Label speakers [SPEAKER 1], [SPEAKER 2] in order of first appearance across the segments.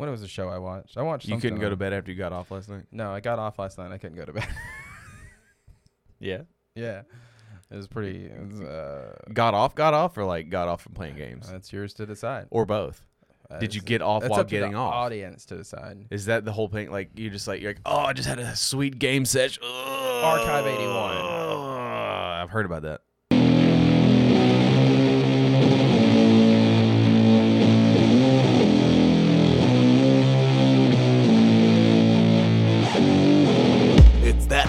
[SPEAKER 1] What was the show I watched? I watched.
[SPEAKER 2] You couldn't
[SPEAKER 1] something
[SPEAKER 2] go
[SPEAKER 1] on-
[SPEAKER 2] to bed after you got off last night.
[SPEAKER 1] No, I got off last night. I couldn't go to bed.
[SPEAKER 2] Yeah.
[SPEAKER 1] yeah, it was pretty. It was, uh,
[SPEAKER 2] Got off, got off, or like got off from playing games,
[SPEAKER 1] that's yours to decide.
[SPEAKER 2] or both. Did
[SPEAKER 1] That's-
[SPEAKER 2] you get off
[SPEAKER 1] that's
[SPEAKER 2] while
[SPEAKER 1] up to the
[SPEAKER 2] getting off?
[SPEAKER 1] Audience to decide.
[SPEAKER 2] Is that the whole thing? Like you just like you're like, oh, I just had a sweet game session. Archive
[SPEAKER 1] 81.
[SPEAKER 2] I've heard about that.
[SPEAKER 3] It's that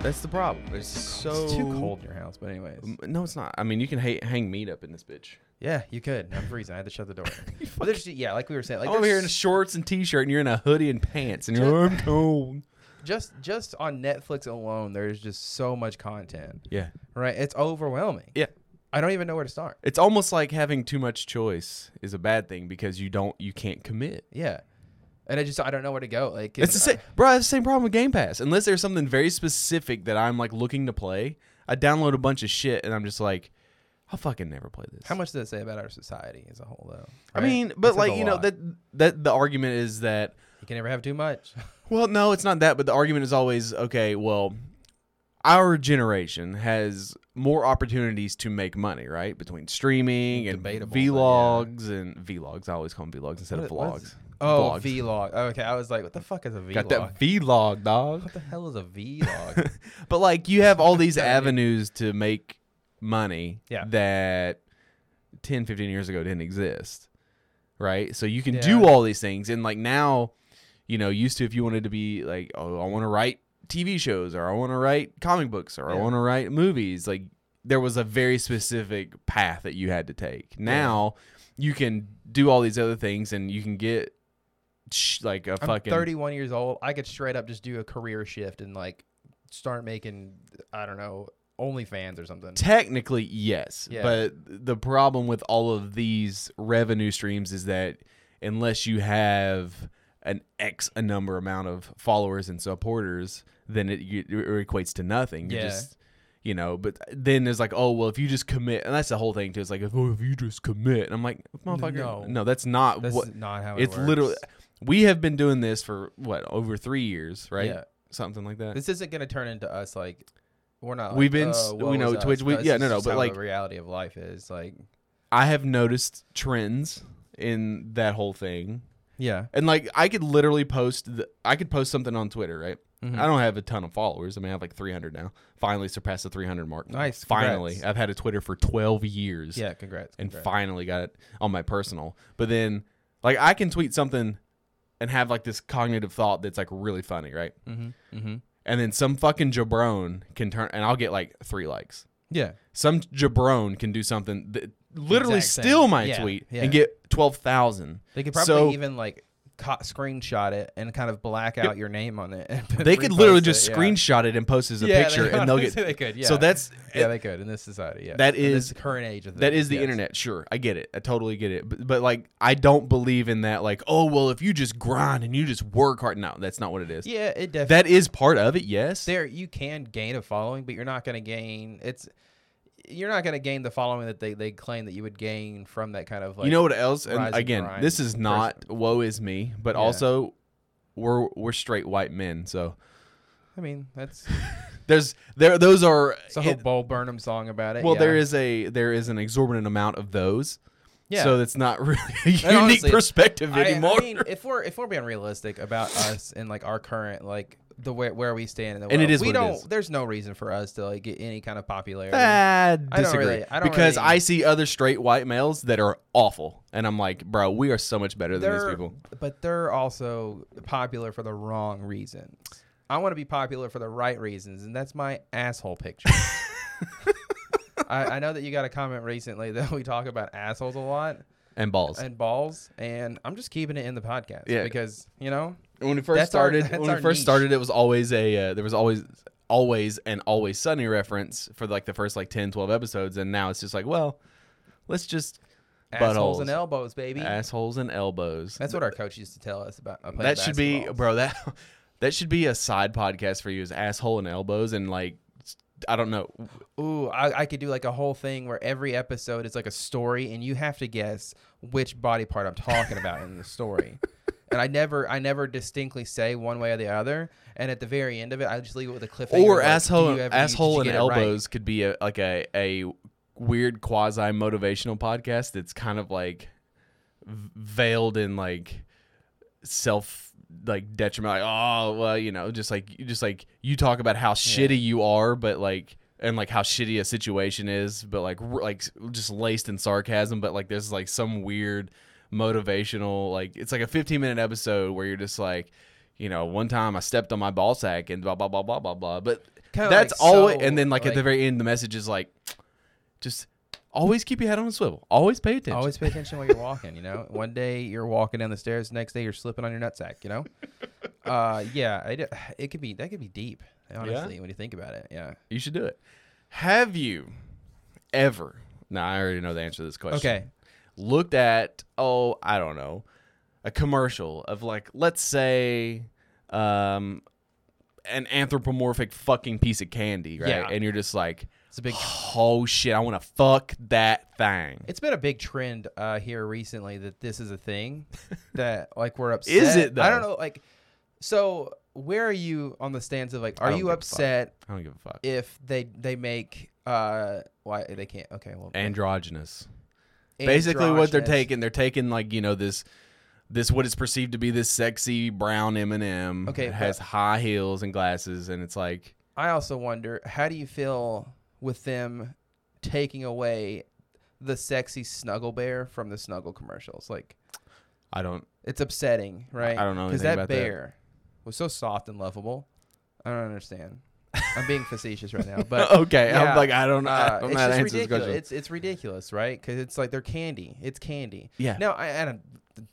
[SPEAKER 1] That's the problem.
[SPEAKER 2] It's so
[SPEAKER 1] It's too cold in your house. But anyways,
[SPEAKER 2] M- No, it's not. I mean, you can ha- hang meat up in this bitch.
[SPEAKER 1] yeah, you could. I'm freezing. I had to shut the door. Well, there's, yeah, like we were saying, like
[SPEAKER 2] I'm over here in
[SPEAKER 1] there's
[SPEAKER 2] shorts and t-shirt, and you're in a hoodie and pants, and you're I'm cold.
[SPEAKER 1] just just on Netflix alone, there's just so much content.
[SPEAKER 2] Yeah,
[SPEAKER 1] Right, it's overwhelming.
[SPEAKER 2] yeah.
[SPEAKER 1] I don't even know where to start.
[SPEAKER 2] It's almost like having too much choice is a bad thing because you don't, you can't commit.
[SPEAKER 1] Yeah, and I just I don't know where to go. Like
[SPEAKER 2] It's the
[SPEAKER 1] and I-
[SPEAKER 2] same, bro. I have the same problem with Game Pass. Unless there's something very specific that I'm like looking to play, I download a bunch of shit, and I'm just like, I'll fucking never play this.
[SPEAKER 1] How much does it say about our society as a whole, though?
[SPEAKER 2] I
[SPEAKER 1] Right?
[SPEAKER 2] mean,
[SPEAKER 1] It
[SPEAKER 2] but
[SPEAKER 1] says
[SPEAKER 2] like
[SPEAKER 1] a
[SPEAKER 2] you know
[SPEAKER 1] lot.
[SPEAKER 2] that that the argument is that
[SPEAKER 1] you can never have too much.
[SPEAKER 2] well, no, it's not that, but the argument is always okay. Well, our generation has more opportunities to make money, right? Between streaming and
[SPEAKER 1] Debatable, but yeah.
[SPEAKER 2] vlogs and vlogs. I always call them vlogs instead of
[SPEAKER 1] What- what is-
[SPEAKER 2] vlogs.
[SPEAKER 1] Oh,
[SPEAKER 2] Vlogs.
[SPEAKER 1] vlog. Okay, I was like, what the fuck is a vlog?
[SPEAKER 2] Got that vlog, dog.
[SPEAKER 1] what the hell is a vlog?
[SPEAKER 2] But like you have all these avenues to make money
[SPEAKER 1] Yeah.
[SPEAKER 2] that 10, 15 years ago didn't exist. Right? So you can
[SPEAKER 1] Yeah.
[SPEAKER 2] do all these things and like now, you know, used to if you wanted to be like, oh, I want to write TV shows or I want to write comic books or I
[SPEAKER 1] Yeah.
[SPEAKER 2] want to write movies, like there was a very specific path that you had to take. Now you can do all these other things and you can get sh- like a
[SPEAKER 1] I'm
[SPEAKER 2] fucking
[SPEAKER 1] 31 years old. I could straight up just do a career shift and like start making, I don't know, OnlyFans or something.
[SPEAKER 2] Technically, yes.
[SPEAKER 1] Yeah.
[SPEAKER 2] But the problem with all of these revenue streams is that unless you have an X a number amount of followers and supporters, then it, you- it equates to nothing. You
[SPEAKER 1] Yeah.
[SPEAKER 2] just you know, but then there's like, oh well, if you just commit, and that's the whole thing too. It's like, oh, if you just commit, and I'm like, motherfucker,
[SPEAKER 1] No.
[SPEAKER 2] no, that's not
[SPEAKER 1] That's
[SPEAKER 2] what.
[SPEAKER 1] not how it
[SPEAKER 2] It's
[SPEAKER 1] works.
[SPEAKER 2] literally, we have been doing this for what over three years, right?
[SPEAKER 1] Yeah.
[SPEAKER 2] Something like that.
[SPEAKER 1] This isn't gonna turn into us like we're not.
[SPEAKER 2] We've
[SPEAKER 1] like,
[SPEAKER 2] been s-
[SPEAKER 1] oh, woe
[SPEAKER 2] we know
[SPEAKER 1] is us.
[SPEAKER 2] Twitch- we-
[SPEAKER 1] it's
[SPEAKER 2] yeah, no,
[SPEAKER 1] just
[SPEAKER 2] no, but,
[SPEAKER 1] how
[SPEAKER 2] like-
[SPEAKER 1] the reality of life is like
[SPEAKER 2] I have noticed trends in that whole thing.
[SPEAKER 1] yeah.
[SPEAKER 2] And like I could literally post the, I could post something on Twitter, right?
[SPEAKER 1] Mm-hmm.
[SPEAKER 2] I don't have a ton of followers. I mean, I have like 300 now. Finally surpassed the 300 mark.
[SPEAKER 1] Nice, congrats.
[SPEAKER 2] Finally. I've had a Twitter for 12 years
[SPEAKER 1] Yeah, congrats.
[SPEAKER 2] and
[SPEAKER 1] congrats.
[SPEAKER 2] finally got it on my personal. But then like I can tweet something and have like this cognitive thought that's like really funny, right?
[SPEAKER 1] Mm-hmm. Mm-hmm.
[SPEAKER 2] And then some fucking jabron can turn and I'll get like 3 likes
[SPEAKER 1] Yeah.
[SPEAKER 2] some jabron can do something that literally
[SPEAKER 1] Exact same.
[SPEAKER 2] steal my
[SPEAKER 1] Yeah,
[SPEAKER 2] tweet
[SPEAKER 1] yeah.
[SPEAKER 2] and get 12,000.
[SPEAKER 1] They could probably
[SPEAKER 2] So-
[SPEAKER 1] even like co- screenshot it and kind of black out your name on it. and
[SPEAKER 2] They could literally
[SPEAKER 1] repost
[SPEAKER 2] just
[SPEAKER 1] it, yeah.
[SPEAKER 2] screenshot it and post it as a
[SPEAKER 1] Yeah, they-
[SPEAKER 2] picture and they'll get
[SPEAKER 1] honestly, they could, yeah.
[SPEAKER 2] So that's
[SPEAKER 1] Yeah, they could in this society. Yeah,
[SPEAKER 2] That
[SPEAKER 1] In this
[SPEAKER 2] is-
[SPEAKER 1] current age. Of
[SPEAKER 2] that
[SPEAKER 1] things,
[SPEAKER 2] is the
[SPEAKER 1] yes.
[SPEAKER 2] internet, sure. I get it. I totally get it. But, but like I don't believe in that like, oh well, if you just grind and you just work hard. No, that's not what it is.
[SPEAKER 1] Yeah, it definitely.
[SPEAKER 2] That is part of it, yes.
[SPEAKER 1] there you can gain a following, but you're not going to gain it's. You're not going to gain the following that they, they claim that you would gain from that kind of like
[SPEAKER 2] you know what else? And
[SPEAKER 1] rise and
[SPEAKER 2] again,
[SPEAKER 1] grind
[SPEAKER 2] this is not woe is me, but
[SPEAKER 1] Yeah.
[SPEAKER 2] also we're we're straight white men, so
[SPEAKER 1] I mean that's
[SPEAKER 2] there's there those are
[SPEAKER 1] it's a whole Bo Burnham song about it.
[SPEAKER 2] Well,
[SPEAKER 1] yeah.
[SPEAKER 2] there is a there is an exorbitant amount of those.
[SPEAKER 1] Yeah.
[SPEAKER 2] So that's not really a unique
[SPEAKER 1] honestly,
[SPEAKER 2] perspective
[SPEAKER 1] I-
[SPEAKER 2] anymore.
[SPEAKER 1] I, mean, if we're if we're being realistic about us and like our current like the way where we stand in the
[SPEAKER 2] And
[SPEAKER 1] world,
[SPEAKER 2] it is
[SPEAKER 1] we
[SPEAKER 2] what it
[SPEAKER 1] don't.
[SPEAKER 2] is. Ah.
[SPEAKER 1] There's no reason for us to like get any kind of popularity.
[SPEAKER 2] I
[SPEAKER 1] I don't
[SPEAKER 2] Eh, disagree
[SPEAKER 1] really- I don't
[SPEAKER 2] because
[SPEAKER 1] really-
[SPEAKER 2] I see other straight white males that are awful, and I'm like, bro, we are so much better than these
[SPEAKER 1] they're
[SPEAKER 2] people.
[SPEAKER 1] but they're also popular for the wrong reasons. I want to be popular for the right reasons, and that's my asshole picture. I, I know that you got a comment recently that we talk about assholes a lot
[SPEAKER 2] and balls.
[SPEAKER 1] and balls, and I'm just keeping it in the podcast
[SPEAKER 2] Yeah.
[SPEAKER 1] because you know
[SPEAKER 2] when we first
[SPEAKER 1] That's our-
[SPEAKER 2] started,
[SPEAKER 1] that's
[SPEAKER 2] when
[SPEAKER 1] our
[SPEAKER 2] we first
[SPEAKER 1] niche.
[SPEAKER 2] started, it was always a uh, there was always always an always sunny reference for like the first like 10, 12 episodes, and now it's just like, well, let's just
[SPEAKER 1] assholes
[SPEAKER 2] Buttholes.
[SPEAKER 1] and elbows, baby.
[SPEAKER 2] assholes and elbows.
[SPEAKER 1] That's what our coach used to tell us about. uh, about
[SPEAKER 2] that should be,
[SPEAKER 1] basketballs.
[SPEAKER 2] bro. That that should be a side podcast for you is asshole and elbows and like I don't know.
[SPEAKER 1] Ooh, I, I could do like a whole thing where every episode is like a story, and you have to guess which body part I'm talking about in the story. And I never, I never distinctly say one way or the other. And at the very end of it, I just leave it with a cliffhanger.
[SPEAKER 2] Or
[SPEAKER 1] like, do
[SPEAKER 2] asshole
[SPEAKER 1] you ever- did you
[SPEAKER 2] asshole and
[SPEAKER 1] get it right?
[SPEAKER 2] elbows could be a, like a a weird quasi motivational podcast that's kind of like v- veiled in like self like detriment like oh well you know just like just like you talk about how shitty you are but like and like how shitty a situation is but like r- like s- just laced in sarcasm but like there's like some weird motivational like it's like a 15 minute episode where you're just like you know one time i stepped on my ball sack and blah blah blah blah blah blah but
[SPEAKER 1] Kinda,
[SPEAKER 2] that's
[SPEAKER 1] like,
[SPEAKER 2] always
[SPEAKER 1] so,
[SPEAKER 2] and then like, at the
[SPEAKER 1] like-
[SPEAKER 2] very end the message is like just always keep your head on a swivel always pay attention
[SPEAKER 1] Always pay attention while you're walking. You know, one day you're walking down the stairs, next day you're slipping on your nutsack. You know, uh, yeah, I d- it could be that could be deep. Honestly, when you think about it, yeah.
[SPEAKER 2] You should do it. Have you ever? No, I already know the answer to this question.
[SPEAKER 1] Okay,
[SPEAKER 2] Looked at oh, I don't know, a commercial of like let's say um an anthropomorphic fucking piece of candy, right?
[SPEAKER 1] Yeah.
[SPEAKER 2] And you're just like,
[SPEAKER 1] it's a big
[SPEAKER 2] oh shit, I want to fuck that thing.
[SPEAKER 1] It's been a big trend uh, here recently that this is a thing that like we're upset.
[SPEAKER 2] Is it,
[SPEAKER 1] I don't
[SPEAKER 2] though?
[SPEAKER 1] know. Like, so where are you on the stance of like,
[SPEAKER 2] I
[SPEAKER 1] are
[SPEAKER 2] don't
[SPEAKER 1] you
[SPEAKER 2] give a fuck.
[SPEAKER 1] upset
[SPEAKER 2] I don't give a fuck.
[SPEAKER 1] if they they make uh why they can't? Okay, well,
[SPEAKER 2] Androgynous. basically what they're
[SPEAKER 1] androgynous-
[SPEAKER 2] taking they're taking like you know this this what is perceived to be this sexy brown m&m
[SPEAKER 1] Okay,
[SPEAKER 2] that has high heels and glasses and it's like
[SPEAKER 1] I also wonder how do you feel with them taking away the sexy snuggle bear from the snuggle commercials? Like,
[SPEAKER 2] i don't
[SPEAKER 1] it's upsetting, right?
[SPEAKER 2] I don't know
[SPEAKER 1] because
[SPEAKER 2] anything
[SPEAKER 1] that
[SPEAKER 2] about that.
[SPEAKER 1] bear was so soft and lovable. I don't understand. I'm being facetious right now, but
[SPEAKER 2] okay
[SPEAKER 1] Uh, yeah,
[SPEAKER 2] i'm like i don't know
[SPEAKER 1] uh,
[SPEAKER 2] i'm
[SPEAKER 1] it's
[SPEAKER 2] not
[SPEAKER 1] just
[SPEAKER 2] answering this
[SPEAKER 1] ridiculous.
[SPEAKER 2] question
[SPEAKER 1] It's it's ridiculous, right? Because it's like they're candy. It's candy.
[SPEAKER 2] Yeah.
[SPEAKER 1] Now, I, I don't.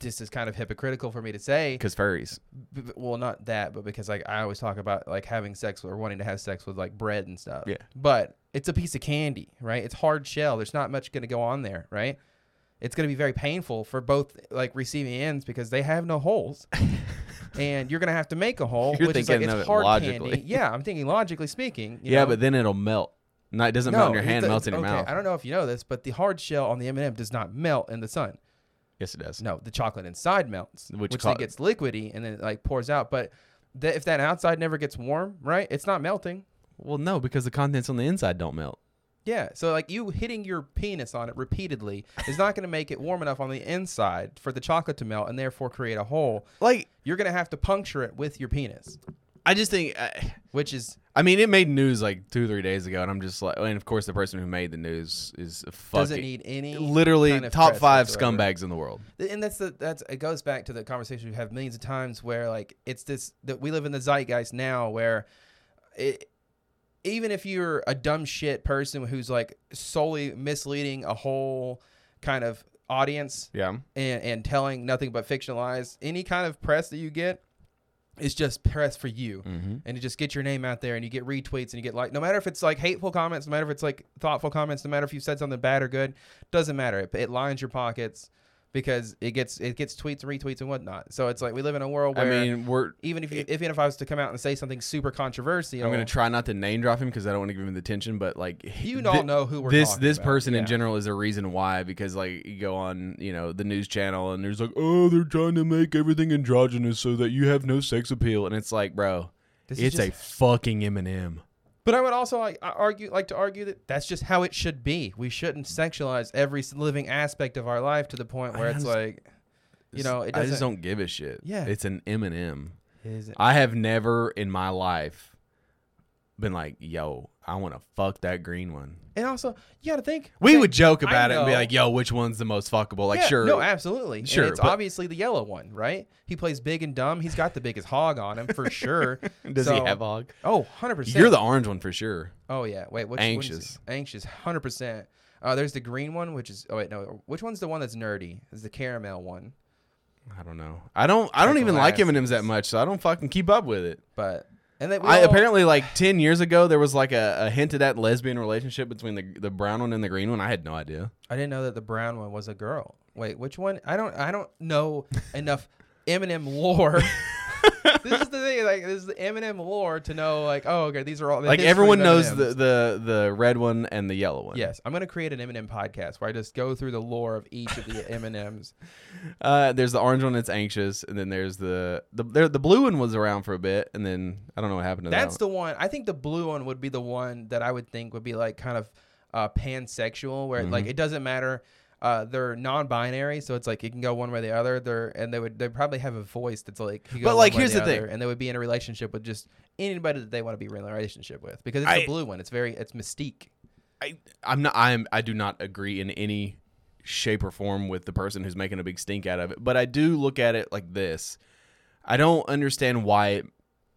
[SPEAKER 1] This is kind of hypocritical for me to say.
[SPEAKER 2] because furries
[SPEAKER 1] b- b- Well, not that, but because like I always talk about like having sex with, or wanting to have sex with like bread and stuff.
[SPEAKER 2] Yeah.
[SPEAKER 1] But it's a piece of candy, right? It's hard shell. There's not much going to go on there, right? It's going to be very painful for both like receiving ends because they have no holes. And you're gonna have to make a hole,
[SPEAKER 2] You're
[SPEAKER 1] which is like
[SPEAKER 2] thinking
[SPEAKER 1] it's
[SPEAKER 2] of it
[SPEAKER 1] hard
[SPEAKER 2] logically.
[SPEAKER 1] candy. Yeah, I'm thinking logically speaking. you
[SPEAKER 2] yeah
[SPEAKER 1] know?
[SPEAKER 2] but then it'll melt no it doesn't melt in your
[SPEAKER 1] it
[SPEAKER 2] hand
[SPEAKER 1] do-
[SPEAKER 2] it melts in your
[SPEAKER 1] okay,
[SPEAKER 2] mouth
[SPEAKER 1] I don't know if you know this, but the hard shell on the M&M does not melt in the sun.
[SPEAKER 2] yes it does
[SPEAKER 1] No, the chocolate inside melts,
[SPEAKER 2] Which
[SPEAKER 1] which, then
[SPEAKER 2] co-
[SPEAKER 1] gets liquidy and then it, like pours out. But th- if that outside never gets warm, right, it's not melting.
[SPEAKER 2] well no because the contents on the inside don't melt
[SPEAKER 1] Yeah, so like you hitting your penis on it repeatedly is not going to make it warm enough on the inside for the chocolate to melt and therefore create a hole.
[SPEAKER 2] like
[SPEAKER 1] You're going to have to puncture it with your penis,
[SPEAKER 2] i just think I,
[SPEAKER 1] which is
[SPEAKER 2] I mean it made news like two three days ago and i'm just like and of course the person who made the news is a
[SPEAKER 1] doesn't
[SPEAKER 2] fucking
[SPEAKER 1] need any
[SPEAKER 2] literally
[SPEAKER 1] kind of
[SPEAKER 2] top
[SPEAKER 1] press
[SPEAKER 2] five
[SPEAKER 1] whatsoever.
[SPEAKER 2] scumbags in the world
[SPEAKER 1] Th- and that's the that's it goes back to the conversation we've had millions of times where like it's this that we live in the zeitgeist now where it even if you're a dumb shit person who's like solely misleading a whole kind of audience
[SPEAKER 2] yeah
[SPEAKER 1] and, and telling nothing but fictionalized any kind of press that you get is just press for you
[SPEAKER 2] Mm-hmm.
[SPEAKER 1] and you just get your name out there and you get retweets and you get like no matter if it's like hateful comments no matter if it's like thoughtful comments no matter if you said something bad or good doesn't matter it, it lines your pockets because it gets it gets tweets and retweets and whatnot so it's like we live in a world
[SPEAKER 2] I
[SPEAKER 1] where
[SPEAKER 2] mean, we're.
[SPEAKER 1] even if you, even if I was to come out and say something super controversial
[SPEAKER 2] I'm gonna try not to name drop him because I don't want to give him the attention. But like, he-
[SPEAKER 1] Oh. You all know who we're
[SPEAKER 2] this
[SPEAKER 1] talking
[SPEAKER 2] this
[SPEAKER 1] about,
[SPEAKER 2] person in
[SPEAKER 1] yeah.
[SPEAKER 2] general is a reason why because like you go on you know the news channel and there's like oh they're trying to make everything androgynous so that you have no sex appeal and it's like bro
[SPEAKER 1] This is
[SPEAKER 2] it's a fucking Eminem
[SPEAKER 1] But I would also like I argue like to argue that that's just how it should be. We shouldn't sexualize every s- living aspect of our life to the point where it's
[SPEAKER 2] just-
[SPEAKER 1] like, you know, it
[SPEAKER 2] I just
[SPEAKER 1] doesn't.
[SPEAKER 2] don't give a shit
[SPEAKER 1] Yeah.
[SPEAKER 2] it's an Eminem
[SPEAKER 1] Is it-
[SPEAKER 2] I have never in my life been like, yo, I want to fuck that green one.
[SPEAKER 1] And also, you got to think
[SPEAKER 2] We
[SPEAKER 1] that-
[SPEAKER 2] would joke
[SPEAKER 1] I
[SPEAKER 2] about it and be
[SPEAKER 1] know-
[SPEAKER 2] like, yo, which one's the most fuckable? Like,
[SPEAKER 1] Yeah,
[SPEAKER 2] sure.
[SPEAKER 1] No, absolutely. And
[SPEAKER 2] Sure,
[SPEAKER 1] it's
[SPEAKER 2] but-
[SPEAKER 1] obviously the yellow one, right? He plays big and dumb. He's got the biggest hog on him for sure.
[SPEAKER 2] Does he
[SPEAKER 1] So-
[SPEAKER 2] have hog?
[SPEAKER 1] Oh, 100%.
[SPEAKER 2] You're the orange one for sure.
[SPEAKER 1] Oh yeah. Wait, which
[SPEAKER 2] Anxious.
[SPEAKER 1] One's, anxious, hundred percent. Uh, there's the green one, which is. Oh wait, no. Which one's the one that's nerdy? Is the caramel one?
[SPEAKER 2] I don't know. I don't. I don't
[SPEAKER 1] Like
[SPEAKER 2] even like
[SPEAKER 1] glasses.
[SPEAKER 2] M&Ms that much, so I don't fucking keep up with it.
[SPEAKER 1] But and then we
[SPEAKER 2] I
[SPEAKER 1] all-
[SPEAKER 2] apparently like ten years ago there was like a, a hint of that lesbian relationship between the the brown one and the green one. I had no idea.
[SPEAKER 1] I didn't know that the brown one was a girl. Wait, which one? I don't. I don't know enough Eminem lore. this is the thing. Like this is the Eminem lore to know. Like oh okay, these are all the
[SPEAKER 2] like
[SPEAKER 1] history of
[SPEAKER 2] everyone knows the,
[SPEAKER 1] M&Ms.
[SPEAKER 2] the the red one and the yellow one.
[SPEAKER 1] Yes, I'm gonna create an Eminem podcast where I just go through the lore of each of the M&Ms.
[SPEAKER 2] Uh, there's the orange one that's anxious, and then there's the the there, the blue one was around for a bit, and then I don't know what happened to
[SPEAKER 1] That's
[SPEAKER 2] that.
[SPEAKER 1] the one. I think the blue one would be the one that I would think would be like kind of uh, pansexual, where
[SPEAKER 2] Mm-hmm.
[SPEAKER 1] like it doesn't matter. Uh, they're non-binary, so it's like it can go one way or the other. They're and they would they probably have a voice that's like. could go
[SPEAKER 2] But,
[SPEAKER 1] one
[SPEAKER 2] like,
[SPEAKER 1] way or
[SPEAKER 2] here's the thing.
[SPEAKER 1] other, and they would be in a relationship with just anybody that they want to be in a relationship with because it's
[SPEAKER 2] I-
[SPEAKER 1] the blue one. It's very it's mystique.
[SPEAKER 2] One. I, I'm not. I'm. I do not agree in any shape or form with the person who's making a big stink out of it. But I do look at it like this. I don't understand why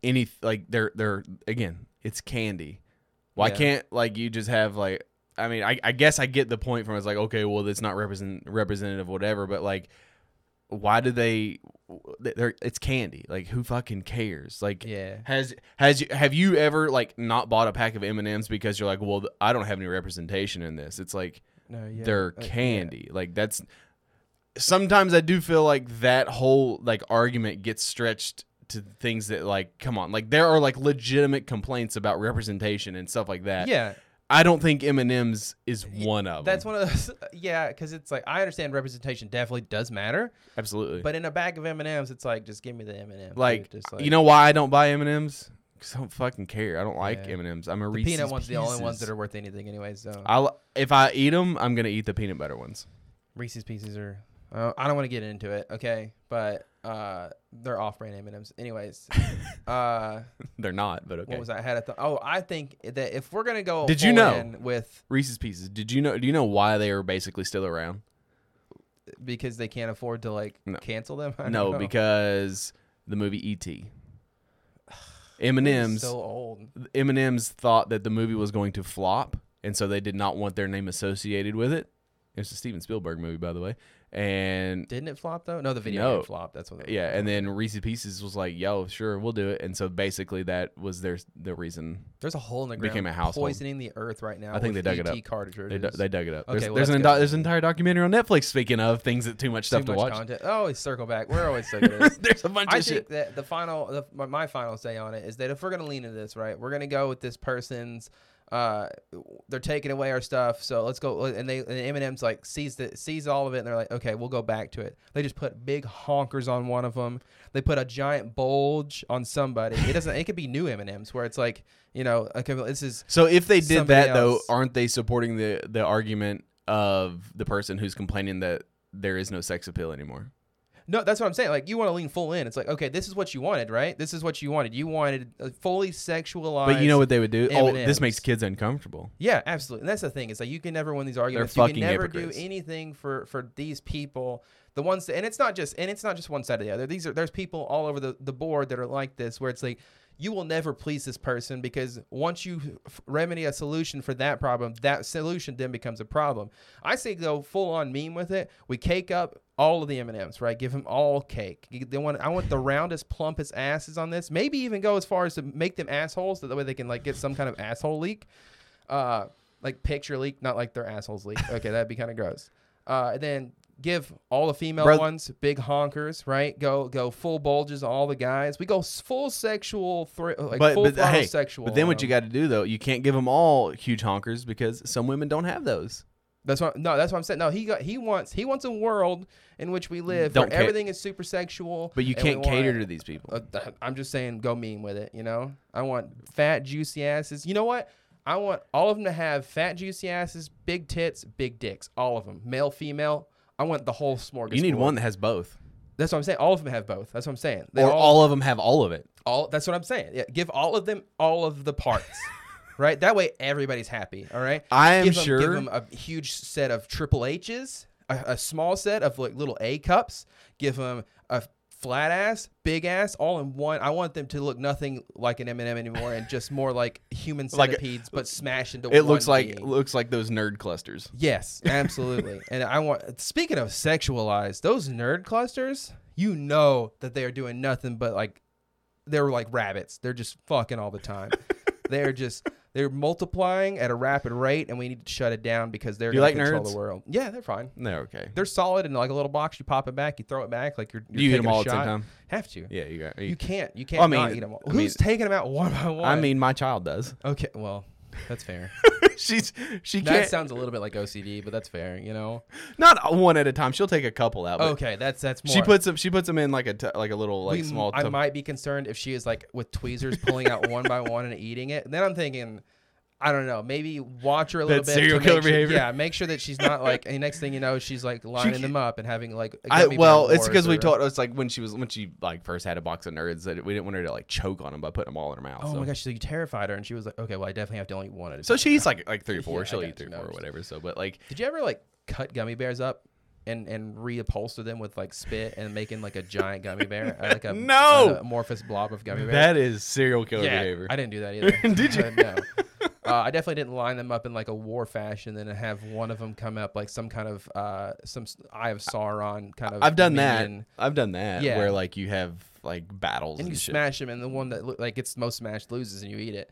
[SPEAKER 2] any like they're they're again. It's candy. Why
[SPEAKER 1] Yeah.
[SPEAKER 2] can't like you just have like I mean I, I guess I get the point from it's like okay well it's not represent representative whatever but like why do they they're it's candy like who fucking cares like
[SPEAKER 1] Yeah.
[SPEAKER 2] has has you have you ever like not bought a pack of M&Ms because you're like well I don't have any representation in this it's like
[SPEAKER 1] No, yeah,
[SPEAKER 2] they're candy. Like that's sometimes I do feel like that whole like argument gets stretched to things that like come on. Like there are like legitimate complaints about representation and stuff like that.
[SPEAKER 1] yeah.
[SPEAKER 2] I don't think M&M's is one of
[SPEAKER 1] That's
[SPEAKER 2] them.
[SPEAKER 1] one of those. Yeah, because it's like I understand representation definitely does matter,
[SPEAKER 2] Absolutely.
[SPEAKER 1] but in a bag of M and M's, it's like just give me the M and M.
[SPEAKER 2] like, you know why I don't buy M&Ms? Cuz I don't fucking care. I don't like
[SPEAKER 1] Yeah.
[SPEAKER 2] M&Ms. I'm a
[SPEAKER 1] The
[SPEAKER 2] Reese's
[SPEAKER 1] peanut ones are the only ones
[SPEAKER 2] Pieces.
[SPEAKER 1] that are worth anything anyway. So
[SPEAKER 2] I'll, if I eat them, I'm going to eat the peanut butter ones.
[SPEAKER 1] Reese's Pieces are. Uh, I don't want to get into it, okay? But uh, they're off-brand M&Ms. Anyways, uh,
[SPEAKER 2] They're not, but okay.
[SPEAKER 1] what was I had a thought? Oh, I think that if we're gonna go,
[SPEAKER 2] Did you
[SPEAKER 1] full
[SPEAKER 2] know?
[SPEAKER 1] in with
[SPEAKER 2] Reese's Pieces. Did you know do you know why they are basically still around?
[SPEAKER 1] because they can't afford to like
[SPEAKER 2] No.
[SPEAKER 1] cancel them? I don't
[SPEAKER 2] No,
[SPEAKER 1] know.
[SPEAKER 2] because the movie E.T. M and
[SPEAKER 1] It's
[SPEAKER 2] M's
[SPEAKER 1] so old.
[SPEAKER 2] M and M's thought that the movie was going to flop, and so they did not want their name associated with it. It's a Steven Spielberg movie, by the way, and
[SPEAKER 1] Didn't it flop though? No, the video
[SPEAKER 2] No.
[SPEAKER 1] game flopped. That's what.
[SPEAKER 2] yeah, and then Reese's Pieces was like, "Yo, sure, we'll do it," and so basically that was their the reason
[SPEAKER 1] there's a hole in the ground.
[SPEAKER 2] Became a household.
[SPEAKER 1] poisoning the earth right now.
[SPEAKER 2] I think
[SPEAKER 1] with
[SPEAKER 2] they dug it
[SPEAKER 1] ET
[SPEAKER 2] up.
[SPEAKER 1] Cartridges.
[SPEAKER 2] they, du- they dug it up.
[SPEAKER 1] Okay,
[SPEAKER 2] there's
[SPEAKER 1] well,
[SPEAKER 2] there's,
[SPEAKER 1] that's
[SPEAKER 2] an, enti-
[SPEAKER 1] good.
[SPEAKER 2] there's an entire documentary on Netflix. Speaking of things that too much
[SPEAKER 1] Too
[SPEAKER 2] stuff to
[SPEAKER 1] much
[SPEAKER 2] watch,
[SPEAKER 1] content. Oh, it's circle back. We're always so good at this.
[SPEAKER 2] there's a bunch
[SPEAKER 1] I
[SPEAKER 2] of
[SPEAKER 1] think
[SPEAKER 2] shit.
[SPEAKER 1] that the final, the, my, my final say on it is that if we're gonna lean into this, right, we're gonna go with this person's. Uh, they're taking away our stuff, so let's go. And they and Eminem's like sees the sees all of it, and they're like, okay, we'll go back to it. They just put big honkers on one of them. They put a giant bulge on somebody. It doesn't. it could be new Eminems where it's like, you know, okay, well, this is
[SPEAKER 2] So if they did
[SPEAKER 1] somebody
[SPEAKER 2] that though,
[SPEAKER 1] else.
[SPEAKER 2] aren't they supporting the the argument of the person who's complaining that there is no sex appeal anymore?
[SPEAKER 1] No, that's what I'm saying. Like you want to lean full in. It's like, okay, this is what you wanted, right? This is what you wanted. You wanted a fully sexualized.
[SPEAKER 2] But you know what they would do? Oh, this
[SPEAKER 1] M&Ms.
[SPEAKER 2] makes kids uncomfortable.
[SPEAKER 1] Yeah, absolutely. And that's the thing. It's like you can never win these arguments. you
[SPEAKER 2] fucking
[SPEAKER 1] can never
[SPEAKER 2] hypocrites.
[SPEAKER 1] do anything for for these people. The ones that, and it's not just and it's not just one side or the other. These are there's people all over the the board that are like this where it's like you will never please this person because once you f- remedy a solution for that problem, that solution then becomes a problem. I say go full on meme with it. We cake up all of the M and M's, right? Give them all cake. You- They want I want the roundest, plumpest asses on this. Maybe even go as far as to make them assholes, so that way they can like get some kind of asshole leak uh, like picture leak, not like their assholes leak. Okay, that'd be kind of gross. Uh, and then give all the female
[SPEAKER 2] Bro-
[SPEAKER 1] ones big honkers, right? Go go full bulges on all the guys. We go s- full sexual, thr- like
[SPEAKER 2] but
[SPEAKER 1] full
[SPEAKER 2] but
[SPEAKER 1] throttle
[SPEAKER 2] hey,
[SPEAKER 1] sexual.
[SPEAKER 2] but then
[SPEAKER 1] on
[SPEAKER 2] what you
[SPEAKER 1] them.
[SPEAKER 2] got to do though? You can't give them all huge honkers because some women don't have those.
[SPEAKER 1] That's what no, that's what I'm saying. No, he got he wants he wants a world in which we live
[SPEAKER 2] Don't
[SPEAKER 1] where
[SPEAKER 2] ca-
[SPEAKER 1] everything is super sexual.
[SPEAKER 2] But you
[SPEAKER 1] and we
[SPEAKER 2] can't cater
[SPEAKER 1] want-
[SPEAKER 2] to these people.
[SPEAKER 1] Uh, th- I'm just saying, go mean with it. You know, I want fat, juicy asses. You know what? I want all of them to have fat, juicy asses, big tits, big dicks. All of them, male, female. I want the whole smorgasbord.
[SPEAKER 2] you need one that has both,
[SPEAKER 1] That's what I'm saying. All of them have both. That's what I'm saying. They
[SPEAKER 2] or
[SPEAKER 1] all,
[SPEAKER 2] all of them have all of it.
[SPEAKER 1] all that's what I'm saying. Yeah, give all of them all of the parts. right? That way everybody's happy, all right?
[SPEAKER 2] I am
[SPEAKER 1] give 'em-
[SPEAKER 2] sure-
[SPEAKER 1] give them a huge set of triple H's, a, a small set of like little A cups, give them a flat ass, big ass, all in one. I want them to look nothing like an M&M anymore and just more like human
[SPEAKER 2] Like a-
[SPEAKER 1] centipedes but smashed into
[SPEAKER 2] It looks
[SPEAKER 1] one
[SPEAKER 2] like
[SPEAKER 1] being.
[SPEAKER 2] looks like those nerd clusters.
[SPEAKER 1] Yes, absolutely. and I want speaking of sexualized, those nerd clusters, you know that they are doing nothing but like they're like rabbits. They're just fucking all the time. they're just they're multiplying at a rapid rate and we need to shut it down because they're
[SPEAKER 2] You
[SPEAKER 1] gonna
[SPEAKER 2] like
[SPEAKER 1] control
[SPEAKER 2] nerds?
[SPEAKER 1] the world. Yeah, they're fine.
[SPEAKER 2] No, okay.
[SPEAKER 1] They're solid in like a little box, you pop it back, you throw it back like you're, you're
[SPEAKER 2] You eat
[SPEAKER 1] taking
[SPEAKER 2] 'em
[SPEAKER 1] a
[SPEAKER 2] all at the same
[SPEAKER 1] shot.
[SPEAKER 2] time?
[SPEAKER 1] Have to.
[SPEAKER 2] Yeah, you got.
[SPEAKER 1] You can't you can't
[SPEAKER 2] Well, I mean-
[SPEAKER 1] not eat them all.
[SPEAKER 2] I mean-
[SPEAKER 1] Who's taking them out one by one?
[SPEAKER 2] I mean, my child does.
[SPEAKER 1] Okay, well, that's fair.
[SPEAKER 2] She's she
[SPEAKER 1] that
[SPEAKER 2] can't
[SPEAKER 1] sounds a little bit like OCD, but that's fair, you know.
[SPEAKER 2] not one at a time. She'll take a couple out. but
[SPEAKER 1] Okay, that's that's Oh, more.
[SPEAKER 2] She puts them. She puts them in like a t- like a little like
[SPEAKER 1] We-
[SPEAKER 2] small.
[SPEAKER 1] I
[SPEAKER 2] tub-
[SPEAKER 1] might be concerned if she is like with tweezers pulling out one by one and eating it. Then I'm thinking, I don't know, maybe watch her a little
[SPEAKER 2] That's
[SPEAKER 1] bit.
[SPEAKER 2] serial
[SPEAKER 1] to
[SPEAKER 2] killer
[SPEAKER 1] make sure-
[SPEAKER 2] behavior.
[SPEAKER 1] yeah, make sure that she's not like. And next thing you know, she's like lining
[SPEAKER 2] ca-
[SPEAKER 1] them up and having like.
[SPEAKER 2] I,
[SPEAKER 1] gummy bear
[SPEAKER 2] well, it's
[SPEAKER 1] wars
[SPEAKER 2] because we
[SPEAKER 1] or-
[SPEAKER 2] told it's like when she was when she like first had a box of nerds that we didn't want her to like choke on them by putting them all in her mouth.
[SPEAKER 1] Oh
[SPEAKER 2] so.
[SPEAKER 1] my gosh, so you terrified her, and she was like, "Okay, well, I definitely have to only eat one at a
[SPEAKER 2] So
[SPEAKER 1] time."
[SPEAKER 2] she's like like three or
[SPEAKER 1] Yeah,
[SPEAKER 2] four.
[SPEAKER 1] I
[SPEAKER 2] She'll
[SPEAKER 1] got
[SPEAKER 2] eat three
[SPEAKER 1] you. No,
[SPEAKER 2] or four or
[SPEAKER 1] it's-
[SPEAKER 2] whatever. So, but like
[SPEAKER 1] Did you ever like cut gummy bears up? And, and reupholster them with like spit and making like a giant gummy bear, uh, like a
[SPEAKER 2] No!
[SPEAKER 1] an amorphous blob of gummy bears.
[SPEAKER 2] that is serial killer
[SPEAKER 1] yeah,
[SPEAKER 2] behavior.
[SPEAKER 1] I didn't do that either. Did you? no. Uh, I definitely didn't line them up in like a war fashion, then have one of them come up like some kind of uh, some s- Eye of Sauron kind of.
[SPEAKER 2] I've done
[SPEAKER 1] minion,
[SPEAKER 2] that. I've done that.
[SPEAKER 1] Yeah.
[SPEAKER 2] Where like you have like battles
[SPEAKER 1] and
[SPEAKER 2] and,
[SPEAKER 1] you
[SPEAKER 2] shit.
[SPEAKER 1] smash them, and the one that lo- like gets most smashed loses, and you eat it.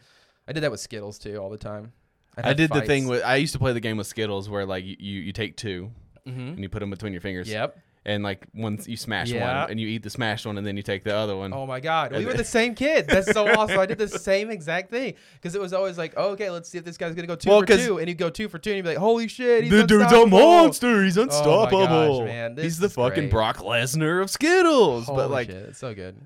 [SPEAKER 1] I did that with Skittles too all the time. I'd
[SPEAKER 2] I
[SPEAKER 1] have
[SPEAKER 2] did the thing
[SPEAKER 1] fights.
[SPEAKER 2] with I used to play the game with Skittles where like you you, you take 2 and you put them between your fingers.
[SPEAKER 1] Mm-hmm. Yep.
[SPEAKER 2] And like once you smash
[SPEAKER 1] Yeah.
[SPEAKER 2] one and you eat the smashed one and then you take the other one.
[SPEAKER 1] Oh my God, we were the same kid. That's so awesome. I did the same exact thing because it was always like, oh, okay, let's see if this guy's gonna go two
[SPEAKER 2] Well,
[SPEAKER 1] for
[SPEAKER 2] 'cause-
[SPEAKER 1] two, and he'd go two for two, and he'd be like, holy shit, he's
[SPEAKER 2] the dude's a
[SPEAKER 1] unstoppable. Oh
[SPEAKER 2] monster. He's
[SPEAKER 1] gosh,
[SPEAKER 2] unstoppable.
[SPEAKER 1] man, this
[SPEAKER 2] He's the
[SPEAKER 1] is
[SPEAKER 2] fucking
[SPEAKER 1] great.
[SPEAKER 2] Brock Lesnar of Skittles.
[SPEAKER 1] Holy
[SPEAKER 2] but like
[SPEAKER 1] shit, it's so good.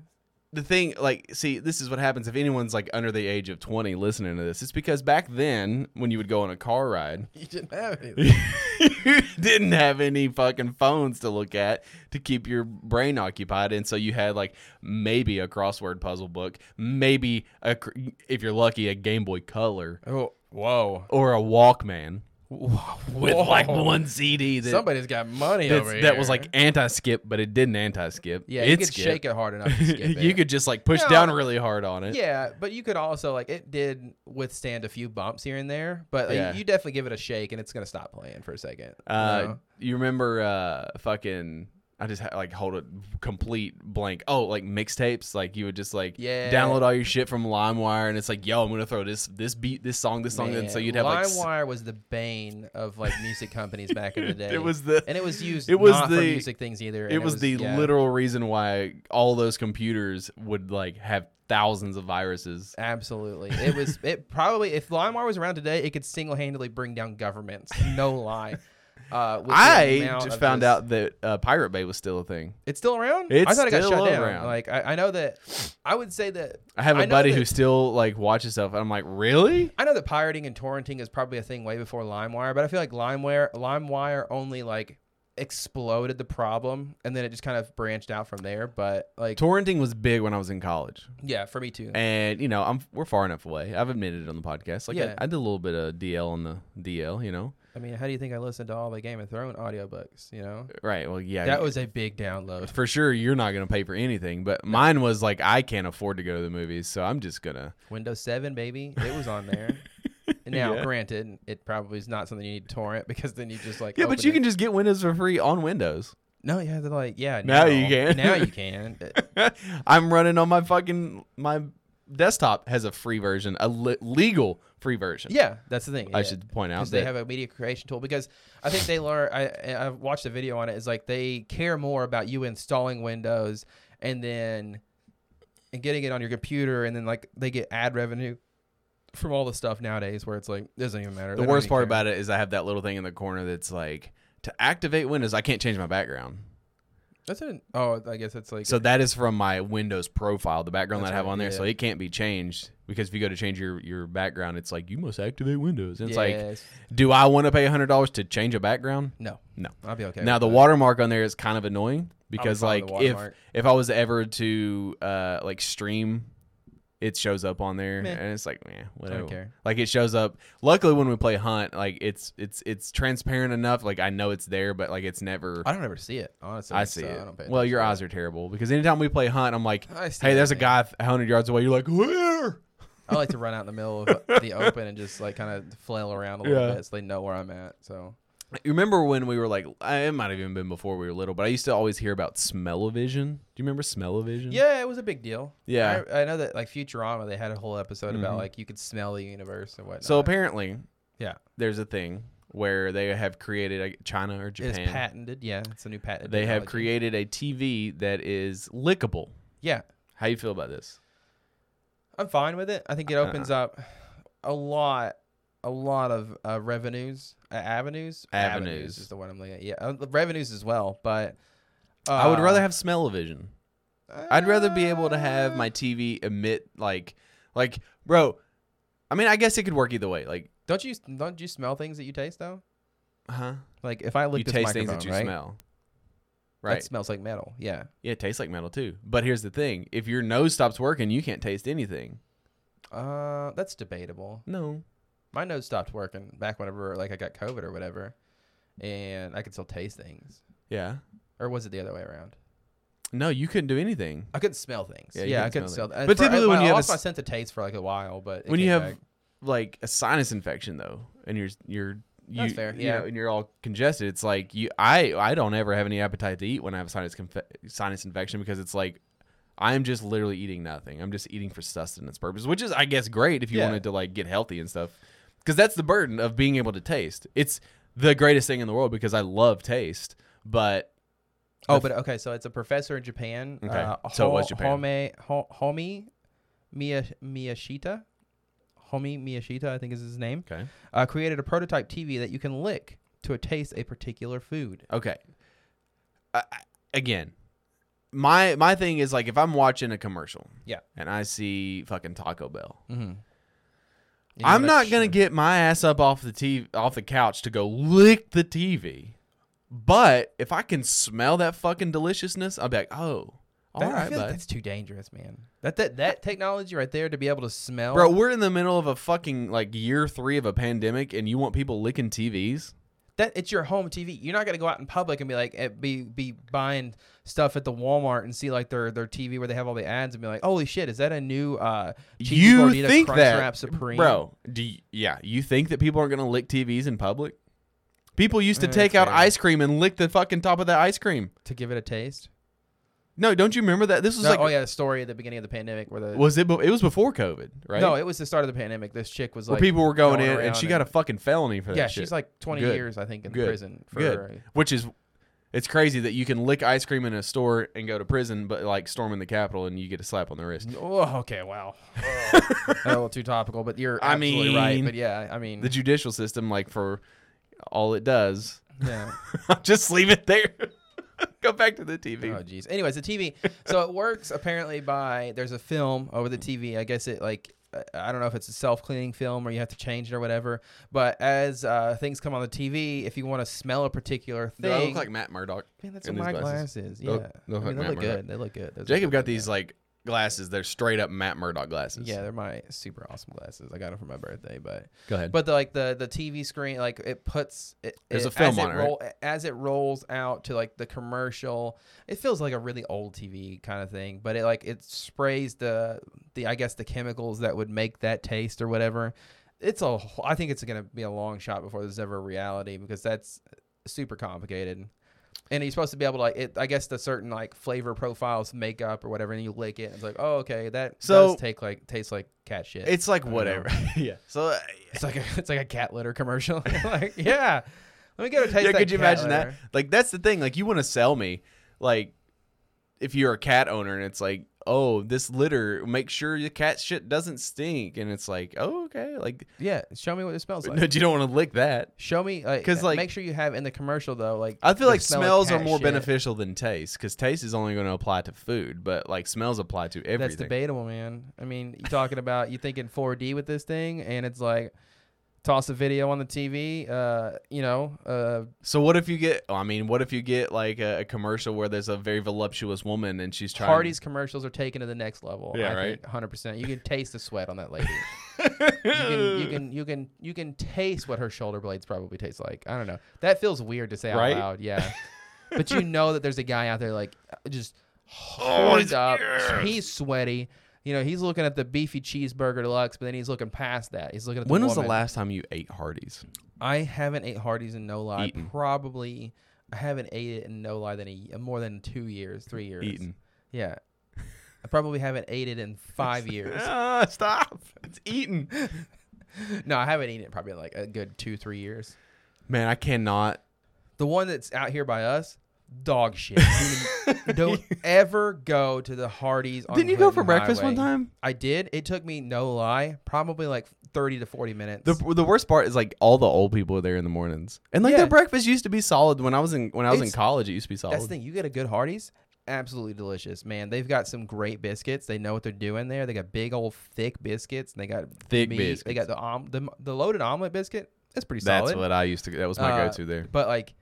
[SPEAKER 2] the thing like see this is what happens if anyone's like under the age of 20 listening to this it's because back then when you would go on a car ride
[SPEAKER 1] You didn't have anything.
[SPEAKER 2] you didn't have any fucking phones to look at to keep your brain occupied and so you had like maybe a crossword puzzle book maybe a cr- if you're lucky a game boy color
[SPEAKER 1] Oh, whoa.
[SPEAKER 2] or a walkman with
[SPEAKER 1] Whoa.
[SPEAKER 2] like one cd that,
[SPEAKER 1] Somebody's got money
[SPEAKER 2] that's-
[SPEAKER 1] over
[SPEAKER 2] that was
[SPEAKER 1] here.
[SPEAKER 2] like anti-skip but it didn't anti-skip
[SPEAKER 1] yeah,
[SPEAKER 2] it
[SPEAKER 1] you could
[SPEAKER 2] skipped.
[SPEAKER 1] shake it hard enough. To skip it.
[SPEAKER 2] you could just like push
[SPEAKER 1] No.
[SPEAKER 2] down really hard on it
[SPEAKER 1] yeah, but you could also like it did withstand a few bumps here and there, but like,
[SPEAKER 2] Yeah.
[SPEAKER 1] you definitely give it a shake and it's gonna stop playing for a second. you
[SPEAKER 2] Uh,
[SPEAKER 1] know?
[SPEAKER 2] You remember uh, fucking? I just had, like hold a complete blank. Oh, like mixtapes. Like you would just like
[SPEAKER 1] Yeah.
[SPEAKER 2] download all your shit from LimeWire, and it's like, yo, I'm gonna throw this this beat, this song, this song, and so
[SPEAKER 1] Man,
[SPEAKER 2] you'd have like s-
[SPEAKER 1] LimeWire was the bane of like music companies back in the day.
[SPEAKER 2] It was the-
[SPEAKER 1] and it was used.
[SPEAKER 2] it was
[SPEAKER 1] not for
[SPEAKER 2] the-
[SPEAKER 1] music things either. and
[SPEAKER 2] It was, the
[SPEAKER 1] yeah,
[SPEAKER 2] literal reason why all those computers would like have thousands of viruses.
[SPEAKER 1] Absolutely, it was. It probably if LimeWire was around today, it could single handedly bring down governments. No lie. Uh, with the
[SPEAKER 2] I
[SPEAKER 1] amount
[SPEAKER 2] just
[SPEAKER 1] of
[SPEAKER 2] found
[SPEAKER 1] just-
[SPEAKER 2] out that uh, Pirate Bay was still a thing.
[SPEAKER 1] It's still around.
[SPEAKER 2] It's
[SPEAKER 1] I thought it
[SPEAKER 2] still
[SPEAKER 1] got shut down.
[SPEAKER 2] around.
[SPEAKER 1] Like I, I know that. I would say that
[SPEAKER 2] I have a
[SPEAKER 1] a
[SPEAKER 2] buddy who still like watches stuff, and I'm like, really?
[SPEAKER 1] I know that pirating and torrenting is probably a thing way before LimeWire, but I feel like LimeWire LimeWire only like exploded the problem, and then it just kind of branched out from there. But like,
[SPEAKER 2] Torrenting was big when I was in college.
[SPEAKER 1] yeah, for me too.
[SPEAKER 2] and you know I'm we're far enough away. I've admitted it on the podcast. Like
[SPEAKER 1] Yeah.
[SPEAKER 2] I, I did a little bit of DL on the DL. You know,
[SPEAKER 1] I mean, how do you think I listened to all the Game of Thrones audiobooks? You know,
[SPEAKER 2] right? Well, Uh, yeah,
[SPEAKER 1] that
[SPEAKER 2] you-
[SPEAKER 1] was a big download.
[SPEAKER 2] for sure. You're not gonna pay for anything, but mine was like I can't afford to go to the movies, so I'm just gonna.
[SPEAKER 1] Windows Seven, baby, it was on there. now,
[SPEAKER 2] Yeah.
[SPEAKER 1] granted, it probably is not something you need to torrent because then you just like
[SPEAKER 2] Yeah,
[SPEAKER 1] open
[SPEAKER 2] but you
[SPEAKER 1] it.
[SPEAKER 2] can just get Windows for free on Windows.
[SPEAKER 1] no, yeah, they're like yeah.
[SPEAKER 2] Now you can.
[SPEAKER 1] Now you can.
[SPEAKER 2] I'm running on my fucking my desktop has a free version, a le- legal free version.
[SPEAKER 1] Yeah, that's the thing.
[SPEAKER 2] I
[SPEAKER 1] yeah.
[SPEAKER 2] should point out
[SPEAKER 1] because
[SPEAKER 2] that
[SPEAKER 1] they have a media creation tool. Because I think they learn. I I- I've watched a video on it. Is like they care more about you installing Windows and then and getting it on your computer, and then like they get ad revenue from all the stuff nowadays where it's like doesn't even matter.
[SPEAKER 2] the worst part about it is I have that little thing in the corner that's like to activate Windows, I can't change my background.
[SPEAKER 1] that's an oh I guess it's like
[SPEAKER 2] So that is from my Windows profile, the background
[SPEAKER 1] That's
[SPEAKER 2] that I have
[SPEAKER 1] right,
[SPEAKER 2] on there.
[SPEAKER 1] yeah.
[SPEAKER 2] So it can't be changed because if you go to change your, your background, it's like you must activate Windows. And it's like,
[SPEAKER 1] Yes.
[SPEAKER 2] do I want to pay hundred dollars to change a background?
[SPEAKER 1] no
[SPEAKER 2] No.
[SPEAKER 1] I'll be okay
[SPEAKER 2] now
[SPEAKER 1] with
[SPEAKER 2] the
[SPEAKER 1] that.
[SPEAKER 2] watermark on there is kind of annoying because
[SPEAKER 1] fine
[SPEAKER 2] like
[SPEAKER 1] with the
[SPEAKER 2] if
[SPEAKER 1] watermark.
[SPEAKER 2] if I was ever to uh, like stream it shows up on there,
[SPEAKER 1] Meh.
[SPEAKER 2] and it's like, man, whatever.
[SPEAKER 1] care.
[SPEAKER 2] Like it shows up. Luckily, when we play Hunt, like it's it's it's transparent enough. Like I know it's there, but like it's never.
[SPEAKER 1] I don't ever see it, honestly.
[SPEAKER 2] I see
[SPEAKER 1] so
[SPEAKER 2] it.
[SPEAKER 1] I don't pay
[SPEAKER 2] well, your
[SPEAKER 1] attention.
[SPEAKER 2] eyes are terrible because anytime we play Hunt, I'm like,
[SPEAKER 1] I see
[SPEAKER 2] hey, there's a
[SPEAKER 1] everything.
[SPEAKER 2] guy a hundred yards away. You're like, where?
[SPEAKER 1] I like to run out in the middle of the open and just like kind of flail around a little
[SPEAKER 2] Yeah.
[SPEAKER 1] bit so they know where I'm at. So
[SPEAKER 2] You remember when we were like, I- it might have even been before we were little, but I used to always hear about smell-o-vision. Do you remember smell-o-vision?
[SPEAKER 1] yeah, it was a big deal.
[SPEAKER 2] Mm-hmm. Yeah. Mm-hmm.
[SPEAKER 1] I, I know that like Futurama, they had a whole episode about like you could smell the universe and whatnot.
[SPEAKER 2] So apparently,
[SPEAKER 1] yeah,
[SPEAKER 2] there's a thing where they have created like, China or
[SPEAKER 1] it's
[SPEAKER 2] Japan.
[SPEAKER 1] patented. Yeah, it's a new patent.
[SPEAKER 2] They have created a TV that is lickable.
[SPEAKER 1] Yeah,
[SPEAKER 2] How you feel about this?
[SPEAKER 1] I'm fine with it. I think it
[SPEAKER 2] Uh-huh.
[SPEAKER 1] opens up a lot, a lot of uh, revenues, uh, avenues,
[SPEAKER 2] Avenues.
[SPEAKER 1] is the one I'm looking at. Yeah, uh, revenues as well. But uh,
[SPEAKER 2] I would rather have smell-o-vision. I'd rather be able to have my TV emit like, like, bro. I mean, I guess it could work either way. Like,
[SPEAKER 1] Don't you don't you smell things that you taste though?
[SPEAKER 2] huh?
[SPEAKER 1] Like if I look
[SPEAKER 2] you
[SPEAKER 1] this
[SPEAKER 2] taste things that
[SPEAKER 1] microphone,
[SPEAKER 2] you
[SPEAKER 1] right?
[SPEAKER 2] smell. Right.
[SPEAKER 1] That smells like metal. Yeah.
[SPEAKER 2] yeah, it tastes like metal too. But here's the thing: if your nose stops working, you can't taste anything.
[SPEAKER 1] Uh, that's debatable.
[SPEAKER 2] No.
[SPEAKER 1] My nose stopped working back whenever like I got COVID or whatever, and I could still taste things.
[SPEAKER 2] Yeah.
[SPEAKER 1] Or was it the other way around?
[SPEAKER 2] No, you couldn't do anything.
[SPEAKER 1] I couldn't smell things.
[SPEAKER 2] Yeah,
[SPEAKER 1] Yeah,
[SPEAKER 2] you
[SPEAKER 1] I
[SPEAKER 2] couldn't
[SPEAKER 1] couldn't
[SPEAKER 2] smell
[SPEAKER 1] smell. th-
[SPEAKER 2] things. But
[SPEAKER 1] for- I-
[SPEAKER 2] typically
[SPEAKER 1] well,
[SPEAKER 2] when you
[SPEAKER 1] I
[SPEAKER 2] have a
[SPEAKER 1] lost my
[SPEAKER 2] s-
[SPEAKER 1] sense of taste for like a while, but it
[SPEAKER 2] when you
[SPEAKER 1] came
[SPEAKER 2] have
[SPEAKER 1] back.
[SPEAKER 2] like a sinus infection though, and you're you're you,
[SPEAKER 1] That's fair,
[SPEAKER 2] you
[SPEAKER 1] yeah.
[SPEAKER 2] know, and you're all congested. It's like you I I don't ever have any appetite to eat when I have a sinus confe- sinus infection because it's like I'm just literally eating nothing. I'm just eating for sustenance purpose, which is I guess great if you
[SPEAKER 1] Yeah.
[SPEAKER 2] wanted to like get healthy and stuff. Cuz that's the burden of being able to taste. It's the greatest thing in the world because I love taste, but
[SPEAKER 1] Oh, but okay, so it's a professor in Japan.
[SPEAKER 2] Okay,
[SPEAKER 1] uh,
[SPEAKER 2] so it was
[SPEAKER 1] Ho-
[SPEAKER 2] Japan.
[SPEAKER 1] Home, Ho- Homi Miya, Miyashita. Homi Miyashita, I think is his name.
[SPEAKER 2] okay.
[SPEAKER 1] Uh, created a prototype TV that you can lick to taste a particular food.
[SPEAKER 2] Okay. I, I- again, my my thing is like if I'm watching a commercial,
[SPEAKER 1] Yeah.
[SPEAKER 2] and I see fucking Taco Bell,
[SPEAKER 1] Mm-hmm.
[SPEAKER 2] I'm not gonna get my ass up off the TV off the couch to go lick the TV. But if I can smell that fucking deliciousness, I'll be like, oh, all
[SPEAKER 1] That,
[SPEAKER 2] right,
[SPEAKER 1] I feel like
[SPEAKER 2] bud.
[SPEAKER 1] that's too dangerous, man. That that that technology right there to be able to smell.
[SPEAKER 2] Bro, we're in the middle of a fucking like year three of a pandemic, and you want people licking TVs?
[SPEAKER 1] that it's your home TV. You're not gonna go out in public and be like eh, be be buying stuff at the Walmart and see like their their TV where they have all the ads and be like, holy shit, is that a new uh cheesy
[SPEAKER 2] you
[SPEAKER 1] gordita
[SPEAKER 2] think that,
[SPEAKER 1] Crunchwrap Supreme?
[SPEAKER 2] bro? Do you, yeah, you think that people aren't gonna lick TVs in public? People used to
[SPEAKER 1] Eh,
[SPEAKER 2] take out
[SPEAKER 1] fair.
[SPEAKER 2] ice cream and lick the fucking top of that ice cream.
[SPEAKER 1] to give it a taste.
[SPEAKER 2] No, don't you remember that? This was
[SPEAKER 1] No,
[SPEAKER 2] like,
[SPEAKER 1] oh yeah, the story at the beginning of the pandemic where the
[SPEAKER 2] was it? be- It was before COVID, right?
[SPEAKER 1] no, it was the start of the pandemic. This chick was
[SPEAKER 2] where
[SPEAKER 1] like
[SPEAKER 2] people were going, in,
[SPEAKER 1] around
[SPEAKER 2] and she got a fucking felony for that.
[SPEAKER 1] yeah,
[SPEAKER 2] shit.
[SPEAKER 1] she's like 20
[SPEAKER 2] Good.
[SPEAKER 1] years I think in
[SPEAKER 2] Good.
[SPEAKER 1] prison for
[SPEAKER 2] good, which is, it's crazy that you can lick ice cream in a store and go to prison, but like storming the Capitol and you get a slap on the wrist.
[SPEAKER 1] Oh, okay, wow. a little too topical, but you're
[SPEAKER 2] I
[SPEAKER 1] absolutely right.
[SPEAKER 2] mean,
[SPEAKER 1] But yeah, I mean,
[SPEAKER 2] The judicial system, like for all it does,
[SPEAKER 1] yeah.
[SPEAKER 2] just leave it there. go back to the TV.
[SPEAKER 1] Oh jeez. Anyways, the TV. so it works apparently by there's a film over the TV. I guess it like uh, I don't know if it's a self cleaning film or you have to change it or whatever. But as uh, things come on the TV, if you want to smell a particular
[SPEAKER 2] Do
[SPEAKER 1] thing,
[SPEAKER 2] I look like Matt Murdock?
[SPEAKER 1] man, that's
[SPEAKER 2] in
[SPEAKER 1] what
[SPEAKER 2] these
[SPEAKER 1] my
[SPEAKER 2] glasses?
[SPEAKER 1] glasses.
[SPEAKER 2] They
[SPEAKER 1] Yeah,
[SPEAKER 2] look- they look
[SPEAKER 1] I mean,
[SPEAKER 2] like
[SPEAKER 1] they look
[SPEAKER 2] Matt Murdock.
[SPEAKER 1] good. They look good. Those are
[SPEAKER 2] Jacob
[SPEAKER 1] good
[SPEAKER 2] got
[SPEAKER 1] looking
[SPEAKER 2] these like glasses. They're straight up Matt Murdock glasses.
[SPEAKER 1] glasses. Yeah, they're my super awesome glasses. I got them for my birthday, but
[SPEAKER 2] Go ahead.
[SPEAKER 1] but the, like the the TV screen, like it puts it,
[SPEAKER 2] There's
[SPEAKER 1] it-
[SPEAKER 2] a film
[SPEAKER 1] as
[SPEAKER 2] on it, right?
[SPEAKER 1] roll, as it rolls out to like the commercial. It feels like a really old TV kind of thing, but it like it sprays the the I guess the chemicals that would make that taste or whatever. It's a wh- I think it's gonna be a long shot before this is ever a reality because that's super complicated. And you're supposed to be able to like it. I guess the certain like flavor profiles, makeup or whatever, and you lick it. And it's like, oh, okay, that
[SPEAKER 2] So-
[SPEAKER 1] does take like tastes like cat shit.
[SPEAKER 2] it's like
[SPEAKER 1] I don't
[SPEAKER 2] whatever.
[SPEAKER 1] know.
[SPEAKER 2] yeah. So uh,
[SPEAKER 1] It's like a, it's like a cat litter commercial. like, yeah, let me go to taste.
[SPEAKER 2] yeah,
[SPEAKER 1] that
[SPEAKER 2] could you
[SPEAKER 1] cat
[SPEAKER 2] imagine
[SPEAKER 1] litter.
[SPEAKER 2] that? Like that's the thing. Like you want to sell me, like if you're a cat owner and it's like, oh, this litter, make sure your cat shit doesn't stink, and it's like, oh, okay, like,
[SPEAKER 1] Yeah, show me what it smells like.
[SPEAKER 2] no, you don't want to lick that.
[SPEAKER 1] show me,
[SPEAKER 2] 'Cause,
[SPEAKER 1] because
[SPEAKER 2] like-
[SPEAKER 1] like, make sure you have in the commercial though. Like,
[SPEAKER 2] I feel
[SPEAKER 1] the
[SPEAKER 2] like
[SPEAKER 1] smell of
[SPEAKER 2] smells are
[SPEAKER 1] cat
[SPEAKER 2] more
[SPEAKER 1] shit.
[SPEAKER 2] beneficial than taste because taste is only going to apply to food, but like smells apply to everything.
[SPEAKER 1] That's debatable, man. I mean, you talking about you thinking 4D with this thing, and it's like toss a video on the TV. Uh, you know, uh,
[SPEAKER 2] So what if you get? oh, I mean, what if you get like a, a commercial where there's a very voluptuous woman and she's trying?
[SPEAKER 1] Hardy's commercials are taken to the next level.
[SPEAKER 2] Yeah,
[SPEAKER 1] I
[SPEAKER 2] right.
[SPEAKER 1] Think, 100%. You can taste the sweat on that lady. you, can, you can you can you can taste what her shoulder blades probably taste like. I don't know. That feels weird to say
[SPEAKER 2] Right?
[SPEAKER 1] out loud. Yeah. but you know that there's a guy out there like uh, just
[SPEAKER 2] Oh,
[SPEAKER 1] horned up. He's sweaty. You know, he's looking at the beefy cheeseburger deluxe, but then he's looking past that. He's looking at the
[SPEAKER 2] When was the
[SPEAKER 1] woman.
[SPEAKER 2] last time you ate Hardee's?
[SPEAKER 1] I haven't ate Hardee's in no lie.
[SPEAKER 2] Eaten.
[SPEAKER 1] Probably I haven't ate it in no lie than a, more than two years, three years.
[SPEAKER 2] Eaten.
[SPEAKER 1] Yeah. I probably haven't ate it in five years.
[SPEAKER 2] Ah, stop! It's eaten.
[SPEAKER 1] No, I haven't eaten it probably in like a good two, three years.
[SPEAKER 2] Man, I cannot.
[SPEAKER 1] The one that's out here by us, dog shit. You mean- Don't ever go to the Hardee's. On
[SPEAKER 2] Didn't you go for
[SPEAKER 1] Clinton
[SPEAKER 2] breakfast
[SPEAKER 1] Highway.
[SPEAKER 2] one time?
[SPEAKER 1] I did. It took me no lie, probably like thirty to forty minutes.
[SPEAKER 2] The, the worst part is like all the old people are there in the mornings, and like
[SPEAKER 1] Yeah.
[SPEAKER 2] their breakfast used to be solid when I was in when I was in
[SPEAKER 1] It's-
[SPEAKER 2] college. It used to be solid.
[SPEAKER 1] That's the thing. You get a good Hardee's, absolutely delicious, man. They've got some great biscuits. They know what they're doing there. They got big old thick biscuits. And they got
[SPEAKER 2] Thick
[SPEAKER 1] meat. They
[SPEAKER 2] biscuits.
[SPEAKER 1] got the om- the, the loaded omelet biscuit. That's pretty solid.
[SPEAKER 2] That's what I used to. That was my
[SPEAKER 1] Uh,
[SPEAKER 2] go-to there.
[SPEAKER 1] But like,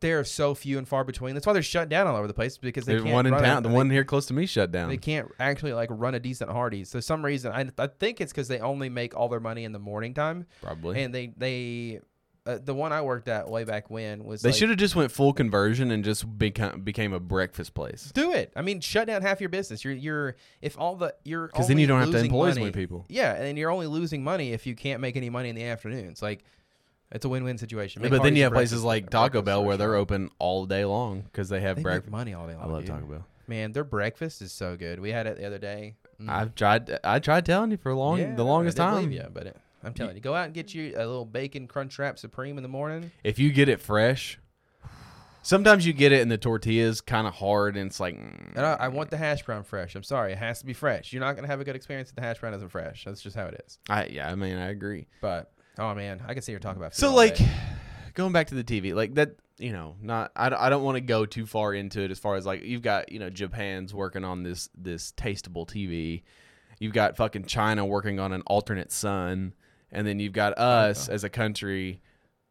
[SPEAKER 1] they're so few and far between. That's why they're shut down all over the place because they
[SPEAKER 2] There's
[SPEAKER 1] can't
[SPEAKER 2] one in
[SPEAKER 1] run a-
[SPEAKER 2] town. The
[SPEAKER 1] they-
[SPEAKER 2] one here close to me shut down.
[SPEAKER 1] They can't actually like run a decent Hardee's. For some reason, I, I think it's because they only make all their money in the morning time,
[SPEAKER 2] probably.
[SPEAKER 1] and they they uh, the one I worked at way back when was
[SPEAKER 2] They
[SPEAKER 1] like,
[SPEAKER 2] should have just went full conversion and just become became a breakfast place.
[SPEAKER 1] Do it. I mean, shut down half your business. You're you're if all the you're
[SPEAKER 2] 'Cause then you
[SPEAKER 1] only
[SPEAKER 2] don't have to
[SPEAKER 1] losing
[SPEAKER 2] employ as
[SPEAKER 1] money-
[SPEAKER 2] many people.
[SPEAKER 1] Yeah, and you're only losing money if you can't make any money in the afternoons. Like, it's a win-win situation. Make
[SPEAKER 2] but then
[SPEAKER 1] Hardee's
[SPEAKER 2] you
[SPEAKER 1] a
[SPEAKER 2] have places
[SPEAKER 1] breakfast-
[SPEAKER 2] like
[SPEAKER 1] a
[SPEAKER 2] Taco
[SPEAKER 1] breakfast
[SPEAKER 2] Bell where they're
[SPEAKER 1] restaurant.
[SPEAKER 2] open all day long because they have
[SPEAKER 1] They make
[SPEAKER 2] breakfast.
[SPEAKER 1] money all day long.
[SPEAKER 2] I love
[SPEAKER 1] dude.
[SPEAKER 2] Taco Bell.
[SPEAKER 1] Man, their breakfast is so good. We had it the other day. Mm.
[SPEAKER 2] I've tried. I tried telling you for a long,
[SPEAKER 1] Yeah,
[SPEAKER 2] the longest
[SPEAKER 1] I didn't
[SPEAKER 2] time.
[SPEAKER 1] believe ya, but it, I'm telling you, go out and get you a little bacon crunch wrap supreme in the morning.
[SPEAKER 2] If you get it fresh, sometimes you get it and the tortilla's kind of hard and it's like. mm.
[SPEAKER 1] And I, I want the hash brown fresh. I'm sorry, it has to be fresh. You're not gonna have a good experience if the hash brown isn't fresh. That's just how it is.
[SPEAKER 2] I yeah. I mean, I agree.
[SPEAKER 1] But oh man, I can see her talking about. food
[SPEAKER 2] So
[SPEAKER 1] all
[SPEAKER 2] like,
[SPEAKER 1] day.
[SPEAKER 2] going back to the TV, like that, you know, not I, don't- I don't want to go too far into it as far as like you've got you know Japan's working on this this tastable TV, you've got fucking China working on an alternate sun, and then you've got us as a country,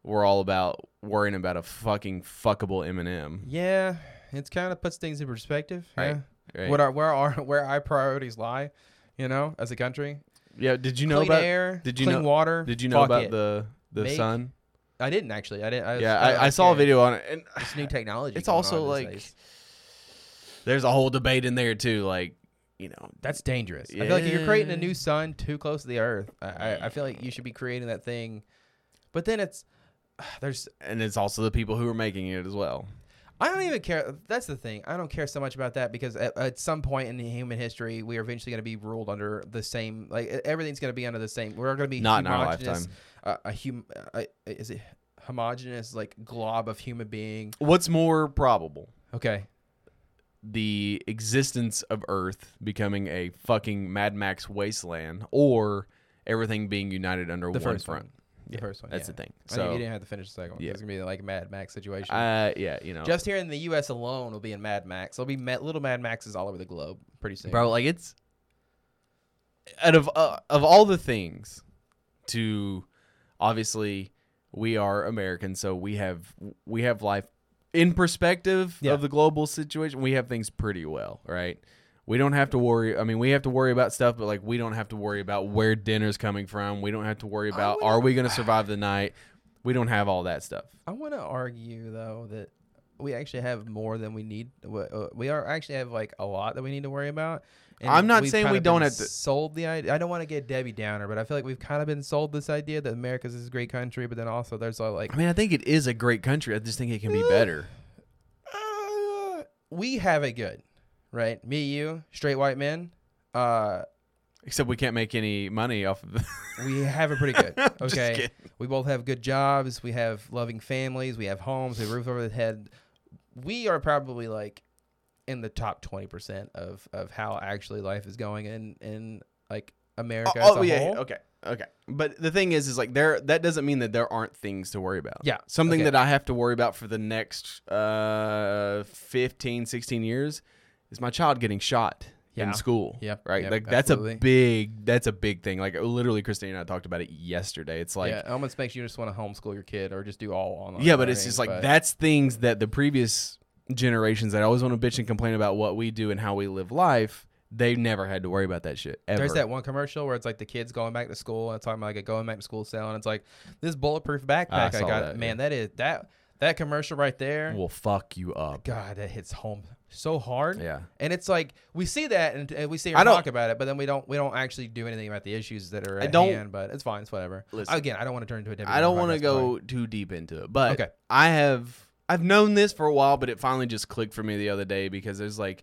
[SPEAKER 2] we're all about worrying about a fucking fuckable Eminem.
[SPEAKER 1] Yeah, it kind of puts things in perspective.
[SPEAKER 2] Right,
[SPEAKER 1] Yeah.
[SPEAKER 2] right.
[SPEAKER 1] What our where our where our priorities lie, you know, as a country.
[SPEAKER 2] Yeah, did you know
[SPEAKER 1] clean
[SPEAKER 2] about
[SPEAKER 1] air,
[SPEAKER 2] did you
[SPEAKER 1] clean
[SPEAKER 2] know-
[SPEAKER 1] water.
[SPEAKER 2] did you know
[SPEAKER 1] fuck
[SPEAKER 2] about
[SPEAKER 1] it.
[SPEAKER 2] the the
[SPEAKER 1] Make-
[SPEAKER 2] sun?
[SPEAKER 1] I didn't actually. I didn't. I was
[SPEAKER 2] Yeah,
[SPEAKER 1] kinda
[SPEAKER 2] I, I saw a
[SPEAKER 1] curious.
[SPEAKER 2] video on it and
[SPEAKER 1] It's new technology.
[SPEAKER 2] it's
[SPEAKER 1] going
[SPEAKER 2] also
[SPEAKER 1] on these
[SPEAKER 2] like
[SPEAKER 1] days.
[SPEAKER 2] there's a whole debate in there too, like you know
[SPEAKER 1] that's dangerous. I feel like if you're creating a
[SPEAKER 2] Yeah.
[SPEAKER 1] new sun too close to the earth, I, I, I feel like you should be creating that thing. But then it's there's
[SPEAKER 2] and it's also the people who are making it as well.
[SPEAKER 1] I don't even care. That's the thing. I don't care so much about that because at, at some point in human history, we are eventually going to be ruled under the same. Like e- everything's going to be under the same. We're going to be
[SPEAKER 2] Not in our
[SPEAKER 1] homogeneous,
[SPEAKER 2] lifetime.
[SPEAKER 1] Uh, a hum. Uh, is it homogenous like glob of human being?
[SPEAKER 2] What's more probable?
[SPEAKER 1] Okay.
[SPEAKER 2] The existence of Earth becoming a fucking Mad Max wasteland or everything being united under
[SPEAKER 1] The
[SPEAKER 2] one
[SPEAKER 1] first
[SPEAKER 2] front.
[SPEAKER 1] one. The
[SPEAKER 2] Yeah,
[SPEAKER 1] first one.
[SPEAKER 2] That's
[SPEAKER 1] yeah.
[SPEAKER 2] the thing.
[SPEAKER 1] I knew you
[SPEAKER 2] So,
[SPEAKER 1] didn't have to finish the second one.
[SPEAKER 2] Yeah.
[SPEAKER 1] It's gonna be like Mad Max situation.
[SPEAKER 2] uh, yeah, you know.
[SPEAKER 1] Just here in the U.S. alone, will be in Mad Max. There'll be ma- little Mad Maxes all over the globe pretty soon.
[SPEAKER 2] bro, like it's out of uh, of all the things to obviously we are Americans, so we have we have life in perspective
[SPEAKER 1] Yeah.
[SPEAKER 2] of the global situation. We have things pretty well, right? We don't have to worry. I mean, we have to worry about stuff, but like we don't have to worry about where dinner's coming from. We don't have to worry about
[SPEAKER 1] would-
[SPEAKER 2] are Oh, we going to survive the night. We don't have all that stuff.
[SPEAKER 1] I want to argue though that we actually have more than we need. w- uh, We are actually have like a lot that we need to worry about. And
[SPEAKER 2] I'm not
[SPEAKER 1] we've
[SPEAKER 2] saying
[SPEAKER 1] kinda
[SPEAKER 2] we don't
[SPEAKER 1] been
[SPEAKER 2] have to-
[SPEAKER 1] sold the idea. I don't want to get Debbie Downer, but I feel like we've kind of been sold this idea that America's this great country, but then also there's all like
[SPEAKER 2] I mean, I think it is a great country. I just think it can be better.
[SPEAKER 1] uh, we have it good, right? Me, you, straight white men. Uh,
[SPEAKER 2] Except we can't make any money off of.
[SPEAKER 1] we have it pretty good.
[SPEAKER 2] Just
[SPEAKER 1] Okay.
[SPEAKER 2] kidding.
[SPEAKER 1] we both have good jobs. We have loving families. We have homes. We have roofs over the head. We are probably like in the top 20% of, of how actually life is going in, in like
[SPEAKER 2] Oh,
[SPEAKER 1] America. as a whole.
[SPEAKER 2] okay, okay. But the thing is, is like there. That doesn't mean that there aren't things to worry about.
[SPEAKER 1] Yeah,
[SPEAKER 2] something
[SPEAKER 1] okay.
[SPEAKER 2] that I have to worry about for the next uh, 15, 16 years is my child getting shot.
[SPEAKER 1] Yeah.
[SPEAKER 2] in school.
[SPEAKER 1] Yep,
[SPEAKER 2] Right.
[SPEAKER 1] yep,
[SPEAKER 2] like that's
[SPEAKER 1] absolutely.
[SPEAKER 2] a big that's a big thing. Like literally, Christine and I talked about it yesterday. It's like
[SPEAKER 1] yeah, it almost makes you just want to homeschool your kid or just do all online.
[SPEAKER 2] yeah, but it's
[SPEAKER 1] learning,
[SPEAKER 2] just like
[SPEAKER 1] but-
[SPEAKER 2] that's things that the previous generations that always want to bitch and complain about what we do and how we live life. They never had to worry about that shit ever.
[SPEAKER 1] There's that one commercial where it's like the kids going back to school and it's talking about like a going back to school sale and it's like this bulletproof
[SPEAKER 2] Ah, I
[SPEAKER 1] backpack I,
[SPEAKER 2] saw
[SPEAKER 1] got.
[SPEAKER 2] that,
[SPEAKER 1] man, that is that that commercial right there.
[SPEAKER 2] will fuck you up.
[SPEAKER 1] God, that hits home so hard.
[SPEAKER 2] Yeah.
[SPEAKER 1] And it's like we see that and, and we see
[SPEAKER 2] I
[SPEAKER 1] her
[SPEAKER 2] don't-
[SPEAKER 1] talk about it, but then we don't we don't actually do anything about the issues that are at
[SPEAKER 2] don't-
[SPEAKER 1] hand. But it's fine. It's whatever.
[SPEAKER 2] Listen.
[SPEAKER 1] Again, I don't want to turn into a. WWE
[SPEAKER 2] I don't
[SPEAKER 1] podcast,
[SPEAKER 2] want to
[SPEAKER 1] it's
[SPEAKER 2] go too deep into it, but
[SPEAKER 1] Okay.
[SPEAKER 2] I have I've known this for a while, but it finally just clicked for me the other day because there's like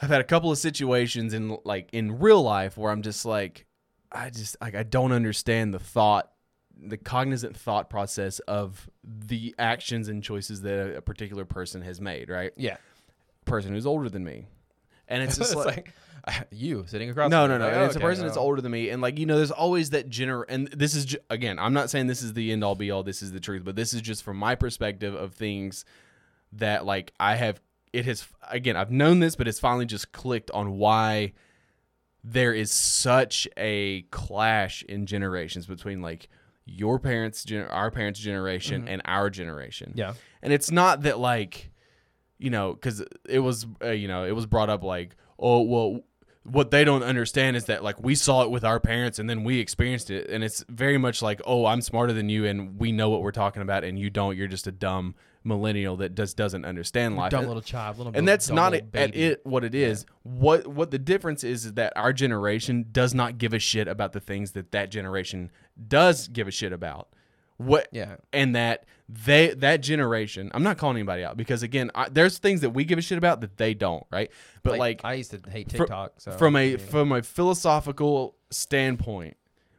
[SPEAKER 2] I've had a couple of situations in like in real life where I'm just like I just like I don't understand the thought the cognizant thought process of the actions and choices that a particular person has made, right?
[SPEAKER 1] fine. Yeah.
[SPEAKER 2] Person who's older than me. And it's
[SPEAKER 1] It's,
[SPEAKER 2] just like,
[SPEAKER 1] like, you sitting across.
[SPEAKER 2] no,
[SPEAKER 1] from me,
[SPEAKER 2] no, no.
[SPEAKER 1] like,
[SPEAKER 2] and
[SPEAKER 1] oh,
[SPEAKER 2] it's a
[SPEAKER 1] okay,
[SPEAKER 2] person that's
[SPEAKER 1] no.
[SPEAKER 2] older than me, and like you know, there's always that general. And this is ju- again, I'm not saying this is the end all be all. This is the truth, but this is just from my perspective of things that like I have. It has again, I've known this, but it's finally just clicked on why there is such a clash in generations between like your parents, gen- our parents'
[SPEAKER 1] Mm-hmm.
[SPEAKER 2] generation, and our generation.
[SPEAKER 1] Yeah.
[SPEAKER 2] And it's not that like, you know, because it was, uh, you know, it was brought up like, oh, well, what they don't understand is that like we saw it with our parents and then we experienced it, and it's very much like, oh, I'm smarter than you and we know what we're talking about, and you don't. You're just a dumb millennial that just doesn't understand life.
[SPEAKER 1] Dumb
[SPEAKER 2] And-
[SPEAKER 1] little child, little
[SPEAKER 2] and that's
[SPEAKER 1] dumb
[SPEAKER 2] not
[SPEAKER 1] little
[SPEAKER 2] it, at
[SPEAKER 1] baby.
[SPEAKER 2] it what it is. What what the difference is is that our generation does not give a shit about the things that that generation does give a shit about. What
[SPEAKER 1] Yeah.
[SPEAKER 2] and that they that generation. I'm not calling anybody out because again, I, there's things that we give a shit about that they don't, right? But like,
[SPEAKER 1] I used to hate
[SPEAKER 2] fr-
[SPEAKER 1] TikTok. so
[SPEAKER 2] from
[SPEAKER 1] I
[SPEAKER 2] a
[SPEAKER 1] mean,
[SPEAKER 2] from a philosophical standpoint,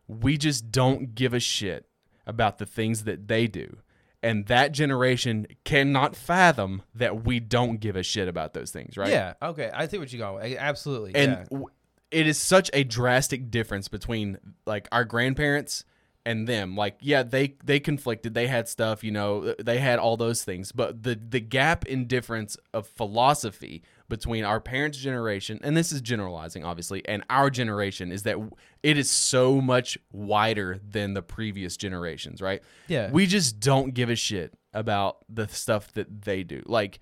[SPEAKER 2] we just don't give a shit about the things that they do. And that generation cannot fathom that we don't give a shit about those things, right?
[SPEAKER 1] yeah, okay, I see what you're going. with. Absolutely,
[SPEAKER 2] and
[SPEAKER 1] yeah.
[SPEAKER 2] w- it is such a drastic difference between like our grandparents and them like yeah they they conflicted they had stuff you know they had all those things but the the gap in difference of philosophy between our parents generation and this is generalizing obviously and our generation is that w- it is so much wider than the previous generations right
[SPEAKER 1] Yeah.
[SPEAKER 2] we just don't give a shit about the stuff that they do like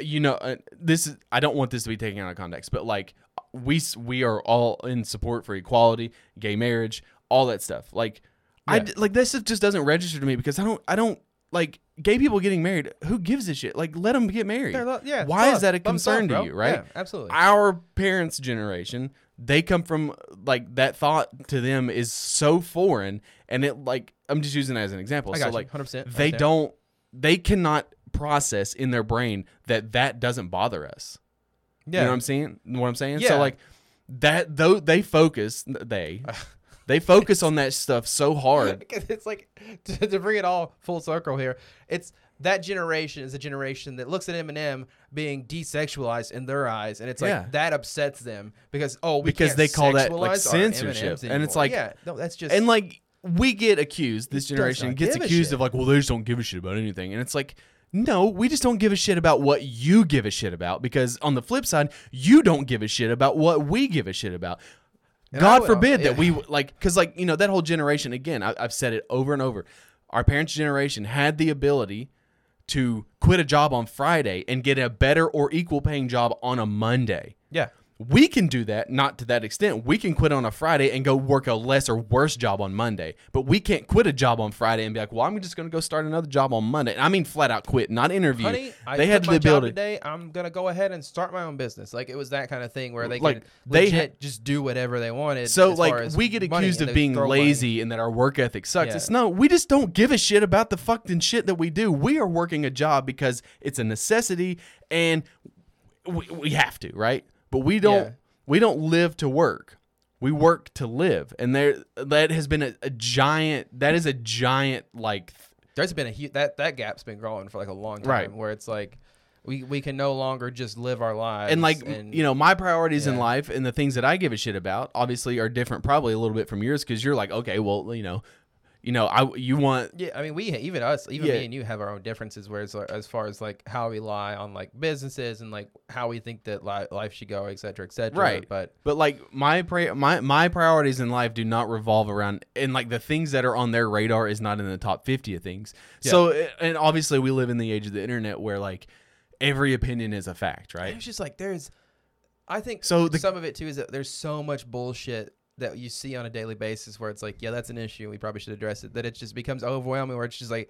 [SPEAKER 2] you know uh, this is i don't want this to be taken out of context but like we s- we are all in support for equality gay marriage all that stuff like I d- like this stuff just doesn't register to me because i don't i don't like gay people getting married who gives a shit like let them get married
[SPEAKER 1] They're lo- yeah, it's
[SPEAKER 2] why
[SPEAKER 1] love.
[SPEAKER 2] is that a
[SPEAKER 1] Love is love,
[SPEAKER 2] concern
[SPEAKER 1] bro.
[SPEAKER 2] to you right
[SPEAKER 1] Yeah, absolutely.
[SPEAKER 2] our parents generation they come from like that thought to them is so foreign and it like i'm just using that as an example
[SPEAKER 1] I
[SPEAKER 2] so
[SPEAKER 1] got you,
[SPEAKER 2] like
[SPEAKER 1] 100% right
[SPEAKER 2] they
[SPEAKER 1] there.
[SPEAKER 2] don't they cannot process in their brain that that doesn't bother us
[SPEAKER 1] yeah,
[SPEAKER 2] you know what I'm saying? What I'm saying?
[SPEAKER 1] Yeah.
[SPEAKER 2] So like that though they focus they they focus on that stuff so hard.
[SPEAKER 1] because it's like to, to bring it all full circle here. It's that generation is a generation that looks at Eminem being desexualized in their eyes, and it's like
[SPEAKER 2] Yeah.
[SPEAKER 1] that upsets them because oh we
[SPEAKER 2] Because
[SPEAKER 1] can't
[SPEAKER 2] they call that,
[SPEAKER 1] sexualize
[SPEAKER 2] like,
[SPEAKER 1] our
[SPEAKER 2] censorship.
[SPEAKER 1] M&Ms
[SPEAKER 2] And it's
[SPEAKER 1] anymore.
[SPEAKER 2] like-
[SPEAKER 1] yeah, no, that's just
[SPEAKER 2] And like we get accused, this
[SPEAKER 1] He does
[SPEAKER 2] generation
[SPEAKER 1] not
[SPEAKER 2] gets
[SPEAKER 1] give a
[SPEAKER 2] accused
[SPEAKER 1] shit.
[SPEAKER 2] of like, well, they just don't give a shit about anything. And it's like, no, we just don't give a shit about what you give a shit about because on the flip side, you don't give a shit about what we give a shit about.
[SPEAKER 1] I
[SPEAKER 2] God
[SPEAKER 1] would-
[SPEAKER 2] forbid
[SPEAKER 1] yeah.
[SPEAKER 2] that we like, because like you know that whole generation again. I, I've said it over and over. Our parents' generation had the ability to quit a job on Friday and get a better or equal paying job on a Monday.
[SPEAKER 1] yeah,
[SPEAKER 2] We can do that, not to that extent. We can quit on a Friday and go work a less or worse job on Monday. But we can't quit a job on Friday and be like, well, I'm just going to go start another job on Monday. And I mean, flat out quit, not interview.
[SPEAKER 1] honey, I
[SPEAKER 2] they
[SPEAKER 1] quit
[SPEAKER 2] had the
[SPEAKER 1] my job
[SPEAKER 2] ability.
[SPEAKER 1] today. I'm gonna go ahead and start my own business. Like it was that kind of thing where they
[SPEAKER 2] Like,
[SPEAKER 1] could
[SPEAKER 2] they
[SPEAKER 1] legit just do whatever they wanted.
[SPEAKER 2] So,
[SPEAKER 1] as far
[SPEAKER 2] like,
[SPEAKER 1] as
[SPEAKER 2] we get
[SPEAKER 1] money,
[SPEAKER 2] accused
[SPEAKER 1] and
[SPEAKER 2] of
[SPEAKER 1] they
[SPEAKER 2] being
[SPEAKER 1] throw money.
[SPEAKER 2] lazy and that our work ethic sucks.
[SPEAKER 1] Yeah.
[SPEAKER 2] It's no, we just don't give a shit about the fucking shit that we do. We are working a job because it's a necessity and we, we have to, right? But we don't
[SPEAKER 1] Yeah.
[SPEAKER 2] we don't live to work. We work to live, and there that has been a, a giant. That is a giant like. th-
[SPEAKER 1] there's been a huge that that gap's been growing for like a long time
[SPEAKER 2] Right.
[SPEAKER 1] where it's like we we can no longer just live our lives
[SPEAKER 2] and like you know my priorities in
[SPEAKER 1] yeah.
[SPEAKER 2] life and the things that i give a shit about obviously are different probably a little bit from yours because you're like okay well you know you know, I you want
[SPEAKER 1] Yeah, I mean, we even us, even
[SPEAKER 2] Yeah.
[SPEAKER 1] me and you have our own differences. Whereas, like, as far as like how we lie on like businesses and like how we think that li- life should go, et cetera, et cetera.
[SPEAKER 2] Right.
[SPEAKER 1] But
[SPEAKER 2] But like my pra- my my priorities in life do not revolve around and like the things that are on their radar is not in the top 50 of things. So eh, and obviously we live in the age of the internet where like every opinion is a fact,
[SPEAKER 1] it
[SPEAKER 2] right?
[SPEAKER 1] was just like there's, I think
[SPEAKER 2] So the-
[SPEAKER 1] some of it too is that there's so much bullshit that you see on a daily basis where it's like, yeah, that's an issue. We probably should address it. That it just becomes overwhelming. Where it's just like,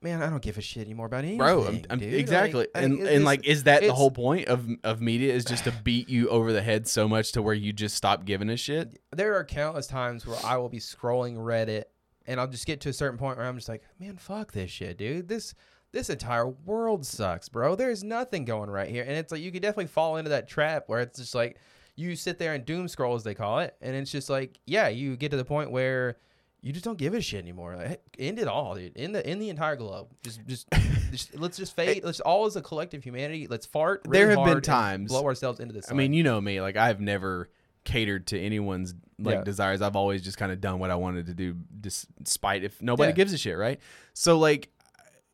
[SPEAKER 1] man, I don't give a shit anymore about anything,
[SPEAKER 2] Bro, I'm, I'm-
[SPEAKER 1] dude. Like,
[SPEAKER 2] exactly.
[SPEAKER 1] I-
[SPEAKER 2] and
[SPEAKER 1] it-
[SPEAKER 2] and
[SPEAKER 1] it's-
[SPEAKER 2] like is that the
[SPEAKER 1] it's-
[SPEAKER 2] whole point of of media is just to beat you over the head so much to where you just stop giving a shit?
[SPEAKER 1] there are countless times where I will be scrolling Reddit and I'll just get to a certain point where I'm just like, man, fuck this shit, dude. This this entire world sucks, bro. There's nothing going right here. And it's like you could definitely fall into that trap where it's just like you sit there and doom scroll as they call it, and it's just like, yeah, you get to the point where you just don't give a shit anymore. Like, heck, end it all, dude. In the in the entire globe, just just, just let's just fade. Let's all as a collective humanity. Let's fart. Really
[SPEAKER 2] There have been
[SPEAKER 1] hard and
[SPEAKER 2] times-
[SPEAKER 1] blow ourselves into this.
[SPEAKER 2] I mean, you know me, like I've never catered to anyone's like
[SPEAKER 1] Yeah.
[SPEAKER 2] desires. I've always just kind of done what I wanted to do dis- despite if nobody
[SPEAKER 1] Yeah.
[SPEAKER 2] gives a shit, right? So like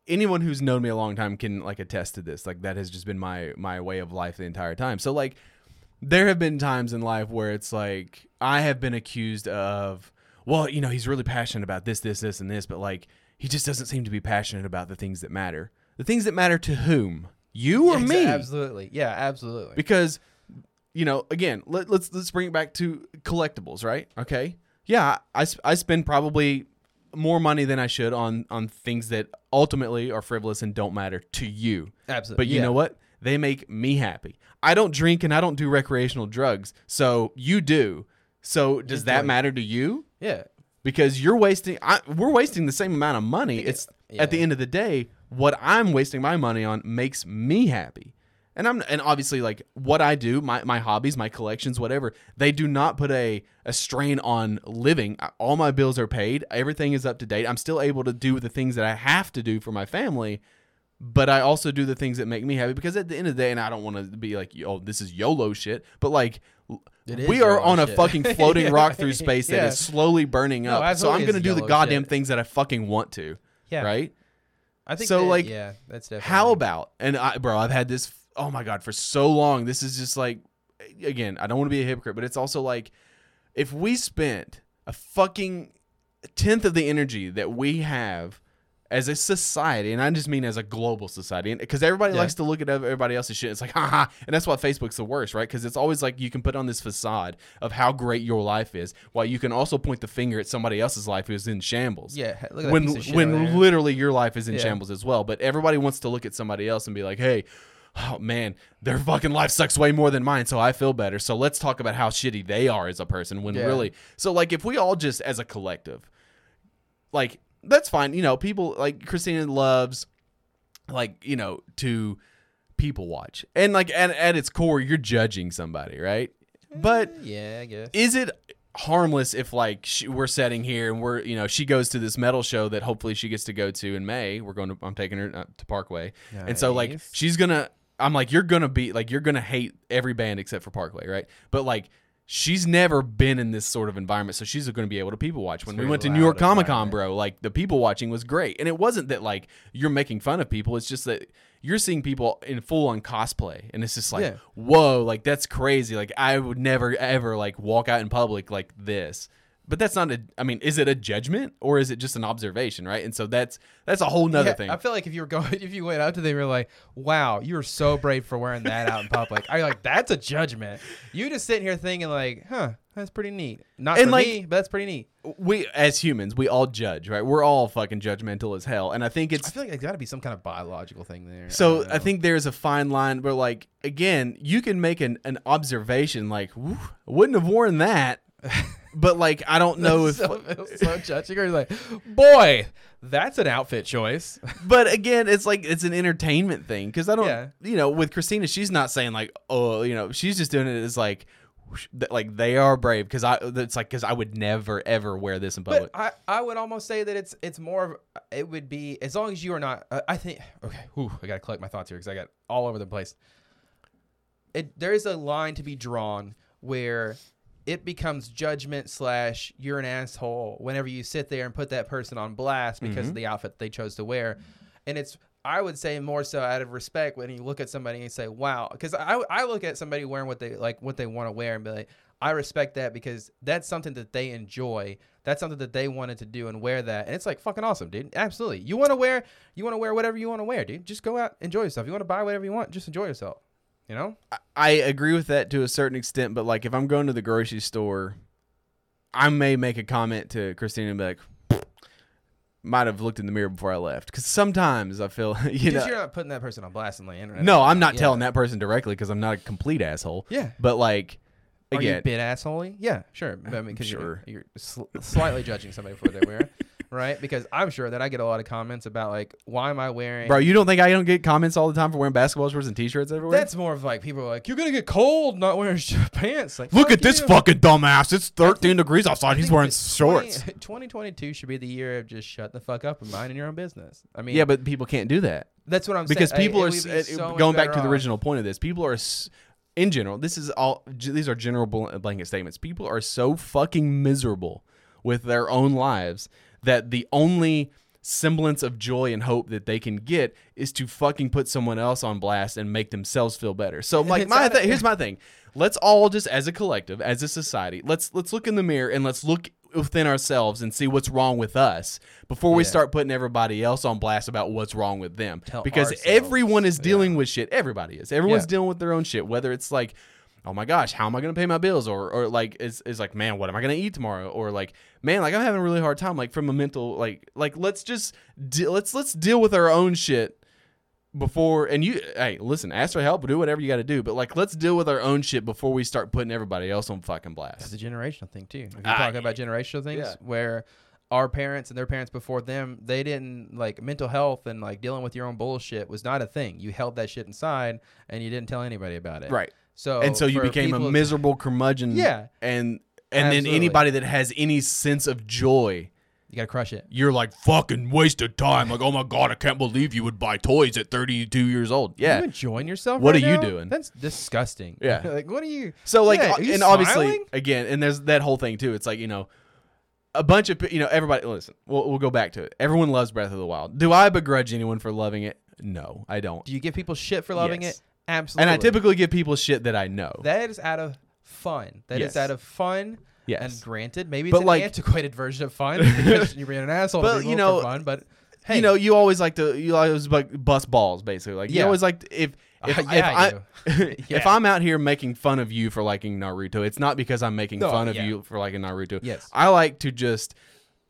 [SPEAKER 2] anyone who's known me a long time can like attest to this. Like that has just been my my way of life the entire time. So like there have been times in life where it's like I have been accused of, well, you know, he's really passionate about this, this, this, and this, but like he just doesn't seem to be passionate about the things that matter. The things that matter to whom? You or me?
[SPEAKER 1] absolutely, yeah, absolutely.
[SPEAKER 2] because you know again let, let's let's bring it back to collectibles right okay yeah I, sp- I spend probably more money than i should on on things that ultimately are frivolous and don't matter to you
[SPEAKER 1] Absolutely.
[SPEAKER 2] but you know what they make me happy i don't drink and i don't do recreational drugs so you do so does that
[SPEAKER 1] Enjoy.
[SPEAKER 2] matter to you
[SPEAKER 1] Yeah.
[SPEAKER 2] because you're wasting I, we're wasting the same amount of money it's
[SPEAKER 1] yeah.
[SPEAKER 2] at the end of the day what i'm wasting my money on makes me happy and i'm and obviously like what i do my, my hobbies my collections whatever they do not put a, a strain on living I- all my bills are paid everything is up to date i'm still able to do the things that i have to do for my family but I also do the things that make me happy because at the end of the day, and I don't want to be like, oh, this is YOLO shit, but like,
[SPEAKER 1] It
[SPEAKER 2] we
[SPEAKER 1] is
[SPEAKER 2] are
[SPEAKER 1] YOLO
[SPEAKER 2] on a
[SPEAKER 1] shit.
[SPEAKER 2] fucking floating
[SPEAKER 1] Yeah.
[SPEAKER 2] rock through space that
[SPEAKER 1] Yeah.
[SPEAKER 2] is slowly burning
[SPEAKER 1] No,
[SPEAKER 2] up. so
[SPEAKER 1] absolutely
[SPEAKER 2] I'm going to
[SPEAKER 1] it's
[SPEAKER 2] do the
[SPEAKER 1] YOLO
[SPEAKER 2] goddamn
[SPEAKER 1] shit.
[SPEAKER 2] things that I fucking want to.
[SPEAKER 1] Yeah.
[SPEAKER 2] Right?
[SPEAKER 1] I think
[SPEAKER 2] So,
[SPEAKER 1] that-
[SPEAKER 2] like,
[SPEAKER 1] yeah, that's definitely
[SPEAKER 2] How about, and I, bro, I've had this, oh my God, for so long. This is just like, again, I don't want to be a hypocrite, but it's also like, if we spent a fucking tenth of the energy that we have as a society, and I just mean as a global society, because everybody
[SPEAKER 1] Yeah.
[SPEAKER 2] likes to look at everybody else's shit. It's like, haha. And that's why Facebook's the worst, right? Because it's always like you can put on this facade of how great your life is, while you can also point the finger at somebody else's life who's in shambles
[SPEAKER 1] yeah, look at that
[SPEAKER 2] when
[SPEAKER 1] piece of shit over
[SPEAKER 2] when
[SPEAKER 1] there.
[SPEAKER 2] literally your life is in
[SPEAKER 1] Yeah.
[SPEAKER 2] shambles as well. But everybody wants to look at somebody else and be like, hey. Oh man, their fucking life sucks way more than mine, so I feel better. So let's talk about how shitty they are as a person when
[SPEAKER 1] Yeah.
[SPEAKER 2] really. So like if we all just as a collective like that's fine, you know, people like Christina loves like, you know, to people watch. And like at, at its core, you're judging somebody, right? But
[SPEAKER 1] yeah, I guess.
[SPEAKER 2] is it harmless if like she, we're sitting here and we're you know she goes to this metal show that hopefully she gets to go to in May. We're going to I'm taking her uh, to Parkway, and so like
[SPEAKER 1] Nice.
[SPEAKER 2] she's gonna I'm like you're gonna be like you're gonna hate every band except for Parkway, right? But like. She's never been in this sort of environment, so she's going to be able to people watch. When we
[SPEAKER 1] very
[SPEAKER 2] went to New
[SPEAKER 1] loud
[SPEAKER 2] York Comic Con, bro, like the people watching was great, and it wasn't that like you're making fun of people. It's just that you're seeing people in full on cosplay, and it's just like,
[SPEAKER 1] Yeah.
[SPEAKER 2] whoa, like that's crazy. Like I would never ever like walk out in public like this. But that's not a. I mean, is it a judgment or is it just an observation, right? And so that's that's a whole nother
[SPEAKER 1] Yeah,
[SPEAKER 2] thing.
[SPEAKER 1] I feel like if you were going, if you went out to them, you're like, "Wow, you were so brave for wearing that out in public." I like that's a judgment. You just sitting here thinking like, "Huh, that's pretty neat." Not
[SPEAKER 2] And,
[SPEAKER 1] for
[SPEAKER 2] like-
[SPEAKER 1] me, but that's pretty neat.
[SPEAKER 2] we as humans, we all judge, right? We're all fucking judgmental as hell, and I think
[SPEAKER 1] I
[SPEAKER 2] it's
[SPEAKER 1] feel like there's got to be some kind of biological thing there.
[SPEAKER 2] So
[SPEAKER 1] don't
[SPEAKER 2] I
[SPEAKER 1] know.
[SPEAKER 2] think there's a fine line where, like, again, you can make an, an observation like, "Woo, wouldn't have worn that, but like, I don't know if.
[SPEAKER 1] so, it was so judging. Or like, "Boy, that's an outfit choice."
[SPEAKER 2] But again, it's like it's an entertainment thing because I don't,
[SPEAKER 1] Yeah.
[SPEAKER 2] you know, with Christina, she's not saying like, oh, you know, she's just doing it as like, whoosh, that- like they are brave because I. That's like because I would never ever wear this in
[SPEAKER 1] But
[SPEAKER 2] public.
[SPEAKER 1] I, I would almost say that it's it's more of it would be as long as you are not uh, I think okay whew, I gotta collect my thoughts here because I got all over the place. It there is a line to be drawn where it becomes judgment slash you're an asshole whenever you sit there and put that person on blast because of the outfit they chose to wear and it's i would say more so out of respect when you look at somebody and say wow because I, I look at somebody wearing what they like what they want to wear and be like i respect that because that's something that they enjoy that's something that they wanted to do and wear that and it's like fucking awesome dude absolutely you want to wear you want to wear whatever you want to wear dude just go out enjoy yourself you want to buy whatever you want just enjoy yourself you know
[SPEAKER 2] I agree with that to a certain extent, but like if I'm going to the grocery store, I may make a comment to Christina and be like, might have looked in the mirror before I left. Because sometimes I feel, you
[SPEAKER 1] Just
[SPEAKER 2] know.
[SPEAKER 1] you're not putting that person on blast on the internet.
[SPEAKER 2] No, I'm not telling that person directly because I'm not a complete asshole.
[SPEAKER 1] Yeah.
[SPEAKER 2] But like,
[SPEAKER 1] Are you
[SPEAKER 2] again,
[SPEAKER 1] bit asshole Yeah, sure. But I mean, because
[SPEAKER 2] Sure.
[SPEAKER 1] you're, you're sl- slightly judging somebody for what they wear, right? Because I'm sure that I get a lot of comments about like, why am I wearing?
[SPEAKER 2] bro, you don't think I don't get comments all the time for wearing basketball shorts and t shirts everywhere?
[SPEAKER 1] That's more of like people are like, you're gonna get cold not wearing sh- pants. Like,
[SPEAKER 2] Look
[SPEAKER 1] fuck
[SPEAKER 2] at this
[SPEAKER 1] you.
[SPEAKER 2] fucking dumbass. It's 13 degrees
[SPEAKER 1] I
[SPEAKER 2] outside. He's
[SPEAKER 1] think
[SPEAKER 2] wearing
[SPEAKER 1] that 20
[SPEAKER 2] shorts.
[SPEAKER 1] 2022 should be the year of just shut the fuck up and minding your own business. I mean,
[SPEAKER 2] Yeah, but people can't do that.
[SPEAKER 1] that's what I'm
[SPEAKER 2] because
[SPEAKER 1] saying. Hey,
[SPEAKER 2] people
[SPEAKER 1] it
[SPEAKER 2] are
[SPEAKER 1] would be
[SPEAKER 2] s-
[SPEAKER 1] so much
[SPEAKER 2] going back to
[SPEAKER 1] better
[SPEAKER 2] the
[SPEAKER 1] off.
[SPEAKER 2] original point of this. People are, s- in general, this is all. j- These are general bl- blanket statements. People are so fucking miserable with their own lives that the only semblance of joy and hope that they can get is to fucking put someone else on blast and make themselves feel better. So like
[SPEAKER 1] It's
[SPEAKER 2] my
[SPEAKER 1] outta-
[SPEAKER 2] th- here's my thing. Let's all just as a collective, as a society, let's let's look in the mirror and let's look within ourselves and see what's wrong with us before we
[SPEAKER 1] Yeah.
[SPEAKER 2] start putting everybody else on blast about what's wrong with them
[SPEAKER 1] Tell
[SPEAKER 2] because
[SPEAKER 1] ourselves.
[SPEAKER 2] everyone is dealing with shit. Everybody is. Everyone's
[SPEAKER 1] Yeah.
[SPEAKER 2] dealing with their own shit. Whether it's like, oh my gosh, how am I gonna pay my bills, or or like is is like, man, what am I gonna eat tomorrow, or like, man, like I'm having a really hard time, like from a mental, like like let's just de- let's let's deal with our own shit before and you hey listen ask for help do whatever you got to do but like let's deal with our own shit before we start putting everybody else on fucking
[SPEAKER 1] That's
[SPEAKER 2] blast
[SPEAKER 1] a generational thing too. If you're
[SPEAKER 2] Ah,
[SPEAKER 1] talking about generational things,
[SPEAKER 2] yeah.
[SPEAKER 1] where our parents and their parents before them, they didn't like mental health and like dealing with your own bullshit was not a thing. You held that shit inside and you didn't tell anybody about it.
[SPEAKER 2] right
[SPEAKER 1] So
[SPEAKER 2] and so you
[SPEAKER 1] for
[SPEAKER 2] became a
[SPEAKER 1] people-
[SPEAKER 2] miserable curmudgeon
[SPEAKER 1] Yeah.
[SPEAKER 2] and and then
[SPEAKER 1] Absolutely.
[SPEAKER 2] anybody that has any sense of joy
[SPEAKER 1] You gotta crush it.
[SPEAKER 2] you're like fucking wasted time. Like, oh my god, I can't believe you would buy toys at 32 years old.
[SPEAKER 1] Are you
[SPEAKER 2] Yeah.
[SPEAKER 1] enjoying yourself.
[SPEAKER 2] What
[SPEAKER 1] right
[SPEAKER 2] are you
[SPEAKER 1] now?
[SPEAKER 2] doing?
[SPEAKER 1] That's disgusting.
[SPEAKER 2] Yeah.
[SPEAKER 1] like what are you?
[SPEAKER 2] So like,
[SPEAKER 1] Yeah,
[SPEAKER 2] uh,
[SPEAKER 1] are you
[SPEAKER 2] and obviously,
[SPEAKER 1] smiling?
[SPEAKER 2] again, and there's that whole thing too. It's like you know, a bunch of pe- you know everybody. Listen, we'll we'll go back to it. Everyone loves Breath of the Wild. Do I begrudge anyone for loving it? No, I don't.
[SPEAKER 1] do you give people shit for loving
[SPEAKER 2] Yes.
[SPEAKER 1] it? Absolutely.
[SPEAKER 2] And I typically give people shit that I know.
[SPEAKER 1] that is out of fun. That is
[SPEAKER 2] Yes.
[SPEAKER 1] out of fun.
[SPEAKER 2] Yes.
[SPEAKER 1] And granted, maybe it's
[SPEAKER 2] But,
[SPEAKER 1] an
[SPEAKER 2] like-
[SPEAKER 1] antiquated version of fun because you're being an asshole. to
[SPEAKER 2] But, you
[SPEAKER 1] people for
[SPEAKER 2] know,
[SPEAKER 1] fun, but hey,
[SPEAKER 2] You know, you always like to you always like bust balls basically. Like you
[SPEAKER 1] Yeah.
[SPEAKER 2] always like to- if if,
[SPEAKER 1] Uh,
[SPEAKER 2] if
[SPEAKER 1] yeah, I
[SPEAKER 2] I,
[SPEAKER 1] Yeah.
[SPEAKER 2] if I'm out here making fun of you for liking Naruto, it's not because I'm making
[SPEAKER 1] No,
[SPEAKER 2] fun of
[SPEAKER 1] yeah.
[SPEAKER 2] you for liking Naruto.
[SPEAKER 1] Yes.
[SPEAKER 2] I like to just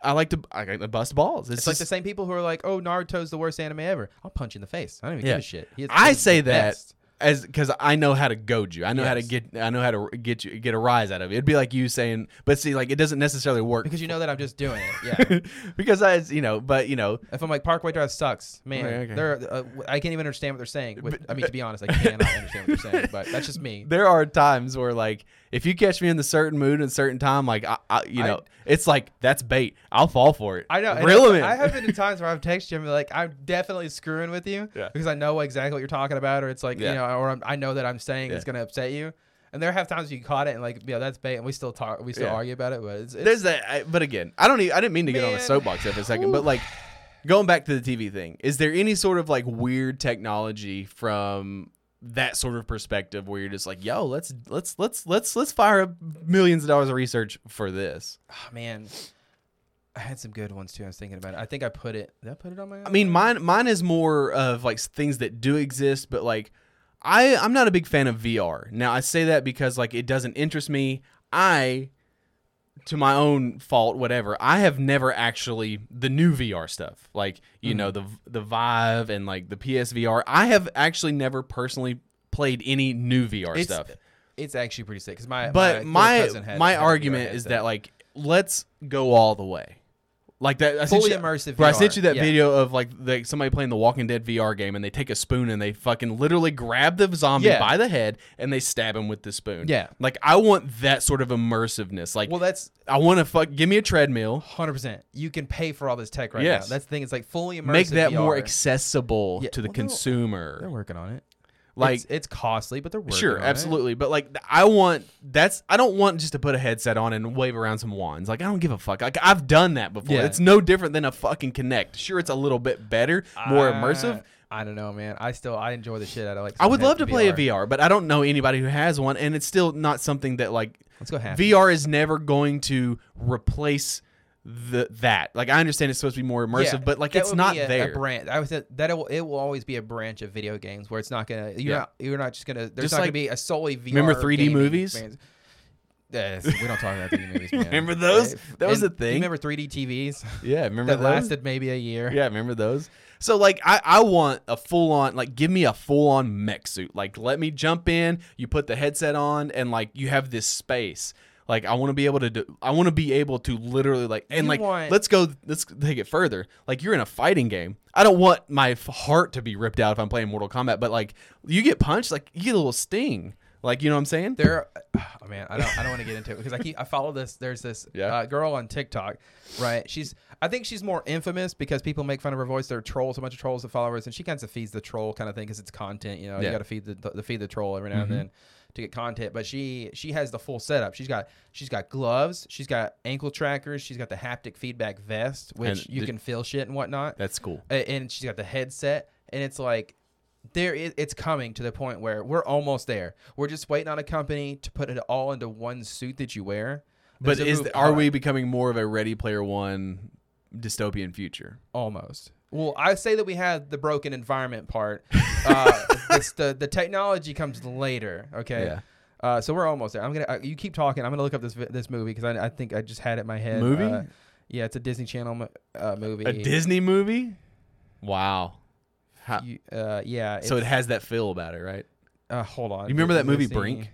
[SPEAKER 2] I like to I like to bust balls. It's,
[SPEAKER 1] It's like the
[SPEAKER 2] just-
[SPEAKER 1] same people who are like, "Oh, Naruto's the worst anime ever." I'll punch you in the face. I don't even
[SPEAKER 2] Yeah.
[SPEAKER 1] give a shit. He is- he
[SPEAKER 2] I
[SPEAKER 1] is
[SPEAKER 2] say
[SPEAKER 1] the
[SPEAKER 2] that
[SPEAKER 1] best.
[SPEAKER 2] as because I know how to goad you. I know how to
[SPEAKER 1] Yes.
[SPEAKER 2] get. I know how to get you get a rise out of it. It'd be like you saying, but see, like it doesn't necessarily work
[SPEAKER 1] because you know that I'm just doing it. Yeah.
[SPEAKER 2] because I, you know, but you know,
[SPEAKER 1] if I'm like Parkway Drive sucks, man.
[SPEAKER 2] Right, okay.
[SPEAKER 1] They're uh, w- I can't even understand what they're saying. With, I mean, to be honest, I cannot understand what they're saying. But that's just me.
[SPEAKER 2] there are times where like if you catch me in a certain mood and a certain time, like I, I you
[SPEAKER 1] I-
[SPEAKER 2] know, it's like that's bait. I'll fall for it.
[SPEAKER 1] I know. and
[SPEAKER 2] reel
[SPEAKER 1] I-
[SPEAKER 2] 'em in.
[SPEAKER 1] I have been in times where I've texted you and be like, I'm definitely screwing with you
[SPEAKER 2] Yeah.
[SPEAKER 1] because I know exactly what you're talking about, or it's like,
[SPEAKER 2] Yeah.
[SPEAKER 1] you know, or I'm, I know that I'm saying
[SPEAKER 2] Yeah.
[SPEAKER 1] it's going to upset you. And there have times you caught it and like, yeah, that's bait, and we still talk, we still
[SPEAKER 2] Yeah.
[SPEAKER 1] argue about it, but it's, it's
[SPEAKER 2] There's that, I, but again, I don't. Even, I didn't mean to get on a
[SPEAKER 1] Man.
[SPEAKER 2] soapbox there for a second, but like going back to the TV thing, is there any sort of like weird technology from that sort of perspective where you're just like, yo, let's let's let's let's let's fire up millions of dollars of research for this?
[SPEAKER 1] Oh, man, I had some good ones too. I was thinking about it. I think I put it. Did I put it on my?
[SPEAKER 2] I mean, mine mine is more of like things that do exist, but like I I'm not a big fan of VR. Now I say that because like it doesn't interest me. I to my own fault, whatever. I have never actually the new VR stuff, like you know the the Vive and like the PSVR. I have actually never personally played any new VR
[SPEAKER 1] it's,
[SPEAKER 2] stuff.
[SPEAKER 1] It's actually pretty sick. Cause my
[SPEAKER 2] But my
[SPEAKER 1] Uh, cousin
[SPEAKER 2] my,
[SPEAKER 1] had- had a VR
[SPEAKER 2] argument is
[SPEAKER 1] headset.
[SPEAKER 2] that like let's go all the way. Like that I
[SPEAKER 1] Fully
[SPEAKER 2] sent you,
[SPEAKER 1] immersive
[SPEAKER 2] Bro, I
[SPEAKER 1] VR,
[SPEAKER 2] sent you that
[SPEAKER 1] yeah.
[SPEAKER 2] video of like like somebody playing the Walking Dead VR game and they take a spoon and they fucking literally grab the zombie
[SPEAKER 1] Yeah.
[SPEAKER 2] by the head and they stab him with the spoon.
[SPEAKER 1] Yeah.
[SPEAKER 2] Like I want that sort of immersiveness. Like
[SPEAKER 1] well, that's
[SPEAKER 2] I want to fuck give me a treadmill.
[SPEAKER 1] hundred percent. You can pay for all this tech right
[SPEAKER 2] Yes.
[SPEAKER 1] now. That's the thing. It's like fully immersive.
[SPEAKER 2] Make that more
[SPEAKER 1] VR.
[SPEAKER 2] accessible
[SPEAKER 1] Yeah,
[SPEAKER 2] to the
[SPEAKER 1] well, they'll-
[SPEAKER 2] consumer.
[SPEAKER 1] They're working on it.
[SPEAKER 2] Like
[SPEAKER 1] it's, it's costly, but they're working
[SPEAKER 2] sure,
[SPEAKER 1] on it.
[SPEAKER 2] absolutely. But like th- I want that's I don't want just to put a headset on and wave around some wands. Like I don't give a fuck. Like I've done that before.
[SPEAKER 1] Yeah.
[SPEAKER 2] It's no different than a fucking Connect. Sure, it's a little bit better, more
[SPEAKER 1] I-
[SPEAKER 2] immersive.
[SPEAKER 1] I don't know, man. I still Uh, I enjoy the shit out of like.
[SPEAKER 2] I would
[SPEAKER 1] some
[SPEAKER 2] love to play a
[SPEAKER 1] VR.
[SPEAKER 2] VR, but I don't know anybody who has one, and it's still not something that like
[SPEAKER 1] Let's go half.
[SPEAKER 2] VR is never going to replace the that. Like I understand it's supposed to be more immersive,
[SPEAKER 1] Yeah,
[SPEAKER 2] but like
[SPEAKER 1] that
[SPEAKER 2] it's
[SPEAKER 1] would
[SPEAKER 2] not
[SPEAKER 1] be a,
[SPEAKER 2] there.
[SPEAKER 1] A branch. I would say that it will, it will always be a branch of video games where it's not gonna. You're
[SPEAKER 2] Yeah.
[SPEAKER 1] not. You're not just gonna. There's
[SPEAKER 2] Just
[SPEAKER 1] not
[SPEAKER 2] like-
[SPEAKER 1] gonna be a solely VR.
[SPEAKER 2] remember 3D
[SPEAKER 1] gaming
[SPEAKER 2] movies?
[SPEAKER 1] experience. Yes, we don't talk about 3D movies. Man.
[SPEAKER 2] Remember those?
[SPEAKER 1] Uh,
[SPEAKER 2] That was
[SPEAKER 1] and
[SPEAKER 2] a thing.
[SPEAKER 1] you Remember 3D TVs
[SPEAKER 2] yeah, remember
[SPEAKER 1] that
[SPEAKER 2] those?
[SPEAKER 1] lasted maybe a year.
[SPEAKER 2] Yeah, remember those? So like I, I want a full on like give me a full on mech suit. Like let me jump in, you put the headset on and like you have this space. Like I want to be able to do, I want to be able to literally like and
[SPEAKER 1] You
[SPEAKER 2] like
[SPEAKER 1] want-
[SPEAKER 2] let's go let's take it further. Like you're in a fighting game. I don't want my f- heart to be ripped out if I'm playing Mortal Kombat, but like you get punched like you get a little sting. Like you know what I'm saying?
[SPEAKER 1] There, oh man, I don't, I don't want to get into it because I keep, I follow this. There's this
[SPEAKER 2] Yeah.
[SPEAKER 1] uh, girl on TikTok, right? She's, I think she's more infamous because people make fun of her voice. There are trolls, a bunch of trolls that follow her, and she kind of feeds the troll kind of thing because it's content. You know,
[SPEAKER 2] Yeah. Mm-hmm.
[SPEAKER 1] you got to feed the, the feed the troll every now and then to get content. But she, she has the full setup. She's got, she's got gloves, she's got ankle trackers, she's got the haptic feedback vest, which
[SPEAKER 2] And
[SPEAKER 1] you
[SPEAKER 2] the-
[SPEAKER 1] can feel shit and whatnot.
[SPEAKER 2] That's cool.
[SPEAKER 1] A- and she's got the headset and it's like there is it's coming to the point where we're almost there we're just waiting on a company to put it all into one suit that you wear
[SPEAKER 2] But
[SPEAKER 1] There's a
[SPEAKER 2] is
[SPEAKER 1] move-
[SPEAKER 2] are
[SPEAKER 1] hold on.
[SPEAKER 2] we becoming more of a Ready Player One dystopian future?
[SPEAKER 1] almost well i say that we have the broken environment part uh, it's the the technology comes later okay
[SPEAKER 2] Yeah.
[SPEAKER 1] uh, so we're almost there i'm gonna uh, you keep talking i'm gonna look up this vi- this movie because I, I think i just had it in my head
[SPEAKER 2] Movie?
[SPEAKER 1] Uh, yeah it's a disney channel mo- uh, movie
[SPEAKER 2] A Disney movie? Wow. How,
[SPEAKER 1] You- uh, yeah
[SPEAKER 2] so it
[SPEAKER 1] it's-
[SPEAKER 2] has that feel about it, right?
[SPEAKER 1] uh, hold on
[SPEAKER 2] You remember that
[SPEAKER 1] Disney-
[SPEAKER 2] movie Brink? Do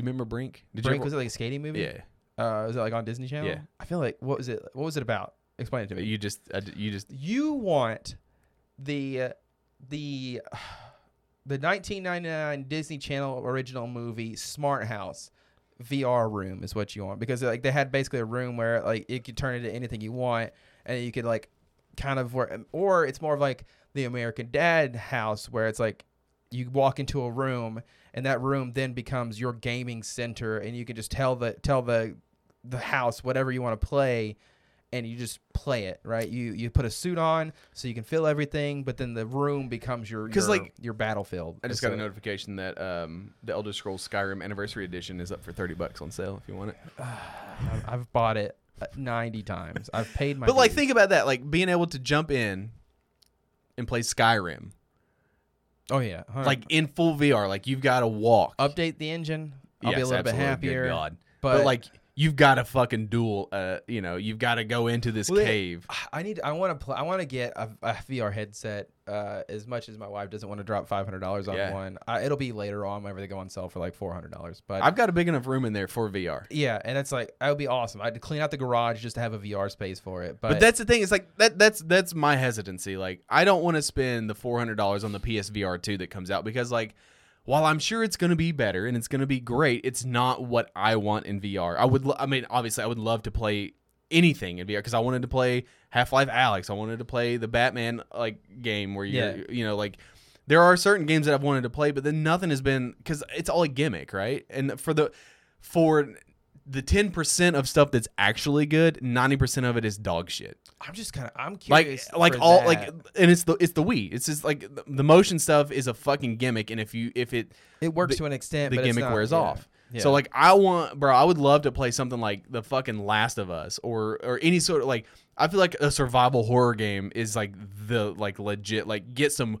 [SPEAKER 2] you remember Brink? Did
[SPEAKER 1] Brink
[SPEAKER 2] you
[SPEAKER 1] was it like a skating movie?
[SPEAKER 2] ever,
[SPEAKER 1] Uh, was it like on Disney Channel?
[SPEAKER 2] Yeah.
[SPEAKER 1] I feel like what was it? What was it about? Explain it to
[SPEAKER 2] Yeah.
[SPEAKER 1] me.
[SPEAKER 2] You just I d- you just
[SPEAKER 1] You want the uh, the the 1999 Disney Channel original movie Smart House VR room is what you want because like they had basically a room where like it could turn into anything you want and you could like kind of where or it's more of like the American Dad house where it's like you walk into a room and that room then becomes your gaming center and you can just tell the tell the the house whatever you want to play and you just play it right you you put a suit on so you can feel everything but then the room becomes your
[SPEAKER 2] 'Cause,
[SPEAKER 1] your,
[SPEAKER 2] like,
[SPEAKER 1] your battlefield
[SPEAKER 2] I just got a
[SPEAKER 1] So-
[SPEAKER 2] notification that um the Elder Scrolls Skyrim Anniversary Edition is up for thirty bucks on sale if you want it.
[SPEAKER 1] I- I've bought it uh, 90 times. I've paid my.
[SPEAKER 2] But like
[SPEAKER 1] dues.
[SPEAKER 2] think about that, like being able to jump in and play Skyrim.
[SPEAKER 1] oh yeah, huh.
[SPEAKER 2] Like in full VR, like you've got to walk.
[SPEAKER 1] update the engine. I'll be a
[SPEAKER 2] Yes,
[SPEAKER 1] little bit
[SPEAKER 2] absolutely. Good
[SPEAKER 1] happier.
[SPEAKER 2] God. But,
[SPEAKER 1] but-
[SPEAKER 2] like you've got to fucking duel uh you know, you've got to go into this
[SPEAKER 1] Well, it-
[SPEAKER 2] cave.
[SPEAKER 1] I need. I want to. Pl- I want to get a, a VR headset. Uh, as much as my wife doesn't want to drop five hundred dollars on
[SPEAKER 2] Yeah.
[SPEAKER 1] one, I, it'll be later on whenever they go on sale for like four hundred dollars. But
[SPEAKER 2] I've got a big enough room in there for VR.
[SPEAKER 1] yeah, and it's like that would be awesome. I'd clean out the garage just to have a VR space for it. But,
[SPEAKER 2] But that's the thing. It's like that. That's that's my hesitancy. Like I don't want to spend the four hundred dollars on the PSVR two that comes out because like, while I'm sure it's going to be better and it's going to be great, it's not what I want in VR. I would. Lo- I mean, obviously, I would love to play anything in VR because I wanted to play Half Life Alex. I wanted to play the Batman like game where you
[SPEAKER 1] Yeah.
[SPEAKER 2] are you know like. There are certain games that I've wanted to play, but then nothing has been because it's all a gimmick, right? And for the for the ten percent of stuff that's actually good, ninety percent of it is dog shit
[SPEAKER 1] I'm just kind of. I'm
[SPEAKER 2] like
[SPEAKER 1] curious.
[SPEAKER 2] like
[SPEAKER 1] for
[SPEAKER 2] all
[SPEAKER 1] that.
[SPEAKER 2] like and it's the it's the Wii. It's just like the- the motion stuff is a fucking gimmick, and if you if it
[SPEAKER 1] it works
[SPEAKER 2] the-
[SPEAKER 1] to an extent.
[SPEAKER 2] the
[SPEAKER 1] but it's
[SPEAKER 2] gimmick
[SPEAKER 1] not-
[SPEAKER 2] wears
[SPEAKER 1] yeah.
[SPEAKER 2] off.
[SPEAKER 1] Yeah.
[SPEAKER 2] So like I want, bro, I would love to play something like the fucking Last of Us or or any sort of like I feel like a survival horror game is like the like legit like get some